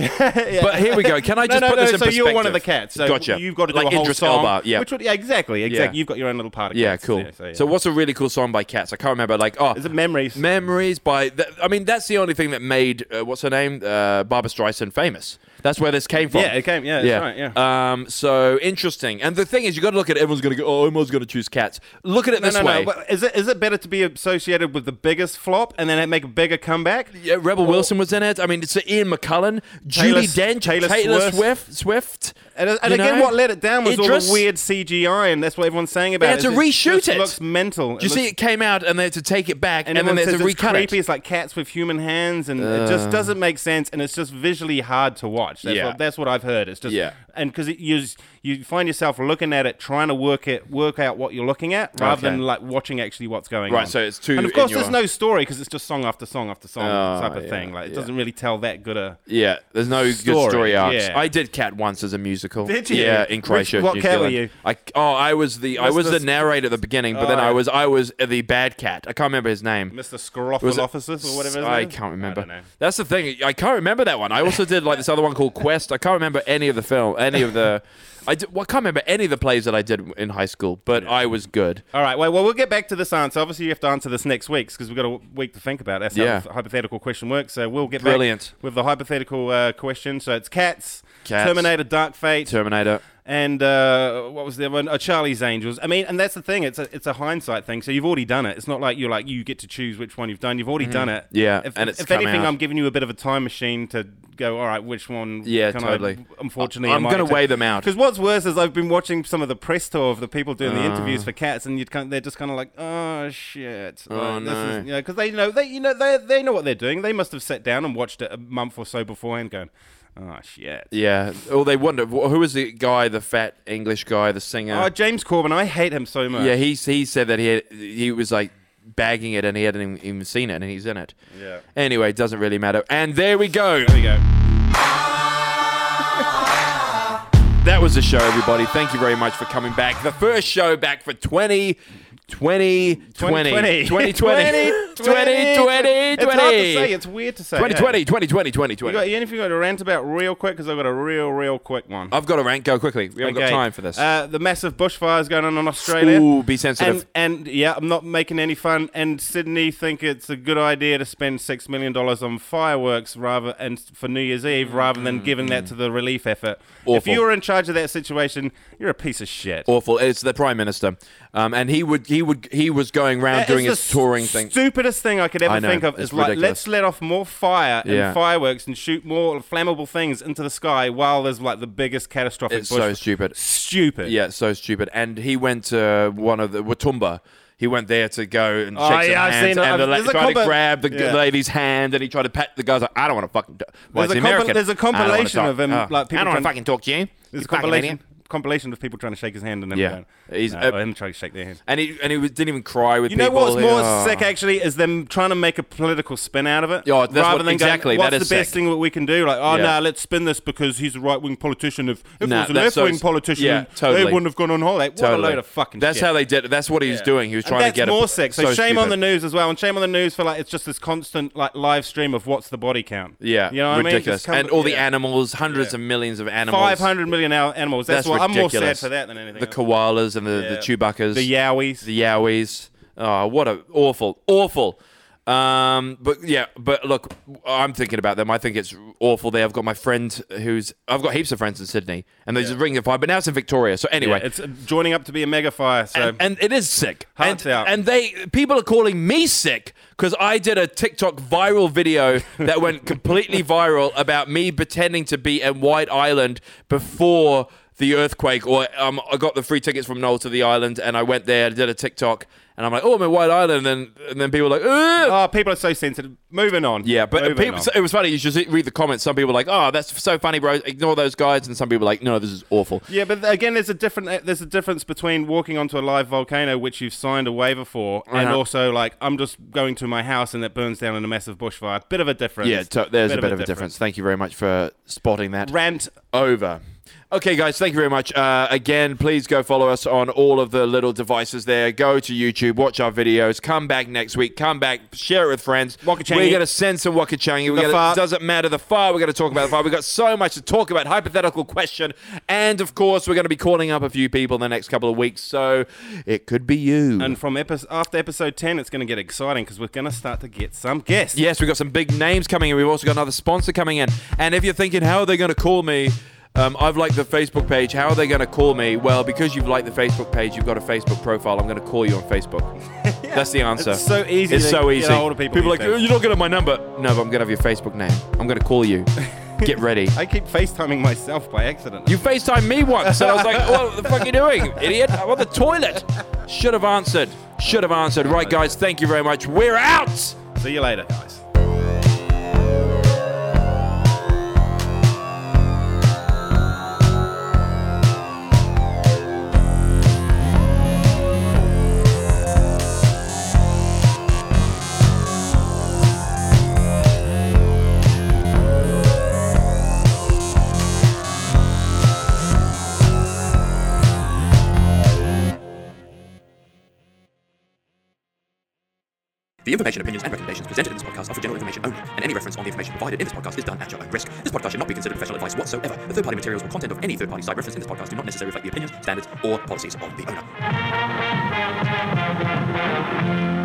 Speaker 3: But here we go. Can I
Speaker 2: No,
Speaker 3: just
Speaker 2: no,
Speaker 3: put
Speaker 2: no,
Speaker 3: this in
Speaker 2: so
Speaker 3: perspective?
Speaker 2: you're one of the cats. So
Speaker 3: gotcha.
Speaker 2: You've got to do
Speaker 3: like
Speaker 2: a whole
Speaker 3: Idris
Speaker 2: song.
Speaker 3: Elba, yeah.
Speaker 2: Which would, yeah, exactly, exactly. You've got your own little part of
Speaker 3: Yeah,
Speaker 2: cats.
Speaker 3: cool.
Speaker 2: so, yeah.
Speaker 3: So what's a really cool song by Cats? I can't remember. Like, oh,
Speaker 2: Is it Memories?
Speaker 3: Memories by. Th- I mean, that's the only thing that made uh, what's her name, uh, Barbara Streisand, famous. That's where this came from.
Speaker 2: Yeah, it came- yeah, that's right,
Speaker 3: yeah. Um, so interesting. And the thing is, you got to look at it, everyone's going to go. Oh, everyone's going to choose Cats. Look at it
Speaker 2: no,
Speaker 3: this
Speaker 2: no,
Speaker 3: way.
Speaker 2: no. but Is it is it better to be associated with the biggest flop and then make a bigger comeback?
Speaker 3: Yeah, Rebel Wilson was in it. I mean, it's Ian McCullen, Julie
Speaker 2: S-
Speaker 3: Dench, Taylor,
Speaker 2: Taylor
Speaker 3: Swift,
Speaker 2: Swift.
Speaker 3: Swift,
Speaker 2: And, and
Speaker 3: You
Speaker 2: again,
Speaker 3: know?
Speaker 2: what let it down was all
Speaker 3: Idris-
Speaker 2: the weird CGI, and that's what everyone's saying about
Speaker 3: had
Speaker 2: it.
Speaker 3: to
Speaker 2: is
Speaker 3: reshoot
Speaker 2: just
Speaker 3: it.
Speaker 2: looks mental.
Speaker 3: Do you see it came out and they had to take it back and,
Speaker 2: And,
Speaker 3: then
Speaker 2: everyone
Speaker 3: they had
Speaker 2: says
Speaker 3: to
Speaker 2: it's
Speaker 3: recut
Speaker 2: creepy.
Speaker 3: it.
Speaker 2: It's like cats with human hands, and it just doesn't make sense. And it's just visually hard to watch. That's,
Speaker 3: Uh. Yeah.
Speaker 2: what, that's what I've heard. It's just
Speaker 3: Yeah.
Speaker 2: and because you s- you find yourself looking at it, trying to work it, work out what you're looking at, rather
Speaker 3: Okay.
Speaker 2: than like watching actually what's going on.
Speaker 3: Right, so it's too
Speaker 2: And
Speaker 3: in
Speaker 2: of course, there's
Speaker 3: your-
Speaker 2: no story because it's just song after song after song
Speaker 3: Oh,
Speaker 2: type of
Speaker 3: yeah,
Speaker 2: thing. Like it
Speaker 3: yeah.
Speaker 2: doesn't really tell that good a.
Speaker 3: Yeah, there's no
Speaker 2: Story,
Speaker 3: good story arcs.
Speaker 2: yeah.
Speaker 3: I did Cat once as a musical.
Speaker 2: Did you?
Speaker 3: Yeah, in
Speaker 2: Which-
Speaker 3: Croatia.
Speaker 2: what
Speaker 3: New
Speaker 2: cat were
Speaker 3: Zealand.
Speaker 2: you?
Speaker 3: I oh, I was the I
Speaker 2: Mr.
Speaker 3: was the
Speaker 2: Sc-
Speaker 3: narrator at the beginning, but then I
Speaker 2: Alright.
Speaker 3: was I was the bad cat. I can't remember his name.
Speaker 2: Mr. Scroffle
Speaker 3: Was it-
Speaker 2: Officers or whatever. his
Speaker 3: I
Speaker 2: name is?
Speaker 3: can't remember.
Speaker 2: don't know.
Speaker 3: That's the thing. I can't remember that one. I also did like this other one called Quest. I can't remember any of the film, any of the. I, did, well, I can't remember any of the plays that I did in high school, but I was good.
Speaker 2: All right. Well, well, we'll get back to this answer. Obviously, you have to answer this next week because we've got a w- week to think about. it. That's
Speaker 3: Yeah.
Speaker 2: how the hypothetical question works. So we'll get
Speaker 3: Brilliant.
Speaker 2: back with the hypothetical uh, question. So it's cats,
Speaker 3: Cats.
Speaker 2: Terminator, Dark Fate,
Speaker 3: Terminator.
Speaker 2: and uh, what was the other one? Oh, Charlie's Angels. I mean, and that's the thing. It's a it's a hindsight thing. So you've already done it. It's not like you're like you get to choose which one you've done. You've already done it.
Speaker 3: Mm-hmm. Yeah,
Speaker 2: If,
Speaker 3: and it's
Speaker 2: if
Speaker 3: come
Speaker 2: anything,
Speaker 3: out.
Speaker 2: I'm giving you a bit of a time machine to go. All right, which one?
Speaker 3: Yeah,
Speaker 2: can
Speaker 3: totally.
Speaker 2: I, unfortunately,
Speaker 3: I'm gonna weigh them out.
Speaker 2: Because what's worse is I've been watching some of the press tour of the people doing the interviews for Cats, and you'd kind they're just kind of like, oh shit.
Speaker 3: Uh. Oh,
Speaker 2: Like, this
Speaker 3: no.
Speaker 2: is, you know, because they know they you know they they know what they're doing. They must have sat down and watched it a month or so beforehand, going, oh shit.
Speaker 3: Yeah. Or they wonder wh- who was the guy, the fat English guy, the singer.
Speaker 2: Oh, James Corbin, I hate him so much.
Speaker 3: Yeah, he he said that he had, he was like bagging it and he hadn't even- even seen it and he's in it.
Speaker 2: Yeah.
Speaker 3: Anyway, it doesn't really matter. And there we go.
Speaker 2: There we go.
Speaker 3: That was the show, everybody. Thank you very much for coming back. The first show back for 20. 2020
Speaker 2: 2020.
Speaker 3: 2020
Speaker 2: 2020.
Speaker 3: 2020
Speaker 2: It's hard to say. It's weird to say.
Speaker 3: 2020
Speaker 2: Yeah.
Speaker 3: 2020
Speaker 2: You got
Speaker 3: 2020
Speaker 2: anything you got to rant about real quick? Because I've got a real, real quick one.
Speaker 3: Oh, I've got to rank go quickly we haven't got time for this
Speaker 2: Uh, the massive bushfires going on in Australia.
Speaker 3: Ooh, be sensitive.
Speaker 2: And, and yeah, I'm not making any fun. And Sydney think it's a good idea to spend six million dollars on fireworks rather and for New Year's Eve rather than giving that to the relief effort. If
Speaker 3: Mm-hmm. Awful.
Speaker 2: you were in charge of that situation, you're a piece of shit.
Speaker 3: awful it's the prime minister um, and he would he would he was going around
Speaker 2: That
Speaker 3: doing
Speaker 2: is
Speaker 3: his
Speaker 2: the
Speaker 3: touring
Speaker 2: s-
Speaker 3: thing
Speaker 2: Stupidest thing I could ever
Speaker 3: I know,
Speaker 2: think of
Speaker 3: it's
Speaker 2: is like
Speaker 3: ridiculous.
Speaker 2: let's let off more fire
Speaker 3: Yeah.
Speaker 2: and fireworks and shoot more flammable things into the sky while there's like the biggest catastrophic.
Speaker 3: It's
Speaker 2: bush-
Speaker 3: so stupid.
Speaker 2: Stupid.
Speaker 3: Yeah, it's so stupid. And he went to one of the Watumba. He went there to go and
Speaker 2: Oh,
Speaker 3: shake some
Speaker 2: yeah, I've
Speaker 3: hands,
Speaker 2: seen it.
Speaker 3: and the
Speaker 2: I've-
Speaker 3: la-
Speaker 2: there's a
Speaker 3: tried to
Speaker 2: compa-
Speaker 3: grab the g-
Speaker 2: Yeah.
Speaker 3: lady's hand, and he tried to pat the guy's like, "I don't want to fucking." Do- well, it's
Speaker 2: There's a compa-
Speaker 3: American.
Speaker 2: there's a
Speaker 3: "I don't wanna
Speaker 2: compilation
Speaker 3: talk." Ah.
Speaker 2: of him, like, people
Speaker 3: I don't want
Speaker 2: trying-
Speaker 3: to fucking talk to you. you
Speaker 2: There's a
Speaker 3: fucking
Speaker 2: compilation,
Speaker 3: idiot."
Speaker 2: compilation of people trying to shake his hand and him
Speaker 3: Yeah.
Speaker 2: going,
Speaker 3: He's-
Speaker 2: no,
Speaker 3: uh,
Speaker 2: or him trying to shake their hand.
Speaker 3: And he and he was- didn't even cry with
Speaker 2: You know
Speaker 3: people.
Speaker 2: what's
Speaker 3: He-
Speaker 2: more
Speaker 3: oh.
Speaker 2: sick actually is them trying to make a political spin out of it.
Speaker 3: Yeah, that's what-
Speaker 2: rather than
Speaker 3: exactly,
Speaker 2: Going,
Speaker 3: that
Speaker 2: what's
Speaker 3: is
Speaker 2: the best
Speaker 3: sick.
Speaker 2: thing that we can do? Like, oh
Speaker 3: Yeah.
Speaker 2: no, let's spin this because he's a right wing politician. If if
Speaker 3: Nah,
Speaker 2: it was an
Speaker 3: that's
Speaker 2: left
Speaker 3: so
Speaker 2: wing
Speaker 3: s-
Speaker 2: politician,
Speaker 3: yeah, totally.
Speaker 2: they wouldn't have gone on holiday. What
Speaker 3: Totally.
Speaker 2: a load of fucking.
Speaker 3: That's
Speaker 2: shit.
Speaker 3: how they did. it. That's what he was doing. He was
Speaker 2: And
Speaker 3: trying
Speaker 2: that's
Speaker 3: to get
Speaker 2: more
Speaker 3: a,
Speaker 2: sick. So, shame on the news as well, and shame on the news for like it's just this constant like live stream of what's the body count.
Speaker 3: Yeah,
Speaker 2: you know what I mean?
Speaker 3: ridiculous.
Speaker 2: Just come-
Speaker 3: and all the
Speaker 2: yeah.
Speaker 3: animals, hundreds of millions of animals.
Speaker 2: Five hundred million al- animals.
Speaker 3: That's,
Speaker 2: That's, what
Speaker 3: ridiculous.
Speaker 2: I'm more sad for that than anything.
Speaker 3: The
Speaker 2: else.
Speaker 3: koalas and the, the
Speaker 2: Yeah.
Speaker 3: chewbaccas.
Speaker 2: the yowies.
Speaker 3: the Yowies. Oh, what a awful, awful. Um, but yeah, but look, I'm thinking about them. I think it's awful. There, I've got my friend who's I've got heaps of friends in Sydney, and they just ring the fire. But now it's in Victoria. So anyway,
Speaker 2: Yeah, it's uh, joining up to be a mega fire. So
Speaker 3: and, and it is sick.
Speaker 2: Hearts
Speaker 3: and,
Speaker 2: Um, out.
Speaker 3: and they people are calling me sick because I did a TikTok viral video that went completely viral about me pretending to be at White Island before the earthquake. Or um, I got the free tickets from Noel to the island, and I went there and did a TikTok. And I'm like, oh, I'm at White Island, and then, and then people are like, Ugh!
Speaker 2: oh, people are so sensitive. Moving on.
Speaker 3: Yeah, but
Speaker 2: Moving
Speaker 3: people,
Speaker 2: on.
Speaker 3: so it was funny. You should see- read the comments. Some people were like, "Oh, that's so funny, bro. Ignore those guys," and some people were like, "No, this is awful."
Speaker 2: yeah, but again, there's a different uh, there's a difference between walking onto a live volcano, which you've signed a waiver for, and
Speaker 3: Uh-huh.
Speaker 2: also like I'm just going to my house and it burns down in a massive bushfire. Bit of a difference.
Speaker 3: Yeah, to- there's a bit of a difference. Thank you very much for spotting that.
Speaker 2: Rant.
Speaker 3: over. Okay, guys, thank you very much. Uh, again, please go follow us on all of the little devices there. Go to YouTube, watch our videos. Come back next week. Come back, share it with friends.
Speaker 2: Wakachangi.
Speaker 3: We're going to send some Wakachangi. We're
Speaker 2: The
Speaker 3: gonna,
Speaker 2: fart.
Speaker 3: doesn't matter the fire. We're going to talk about the fire. We've got so much to talk about. Hypothetical question. And, of course, we're going to be calling up a few people in the next couple of weeks. So it could be you.
Speaker 2: And from episode after episode ten, it's going to get exciting because we're going to start to get some guests.
Speaker 3: Yes, we've got some big names coming in. We've also got another sponsor coming in. And if you're thinking, how are they going to call me? Um, I've liked the Facebook page. How are they going to call me? Well, because you've liked the Facebook page, you've got a Facebook profile. I'm going to call you on Facebook. That's the answer.
Speaker 2: It's so easy
Speaker 3: It's
Speaker 2: to
Speaker 3: so
Speaker 2: get
Speaker 3: easy.
Speaker 2: hold of people
Speaker 3: people are
Speaker 2: these
Speaker 3: like,
Speaker 2: days.
Speaker 3: you're not going to have my number. No, but I'm going to have your Facebook name. I'm going to call "Oh, you. Get ready.
Speaker 2: I keep FaceTiming myself by accident.
Speaker 3: You FaceTime me once, and I was like, "What the fuck are you doing, idiot? I'm on the toilet." Should have answered. Should have answered. Right, guys. Thank you very much. We're out.
Speaker 2: See you later, guys.
Speaker 7: The information, opinions, and recommendations presented in this podcast are for general information only, and any reference on the information provided in this podcast is done at your own risk. This podcast should not be considered professional advice whatsoever. The third-party materials or content of any third-party site referenced in this podcast do not necessarily reflect the opinions, standards, or policies of the owner.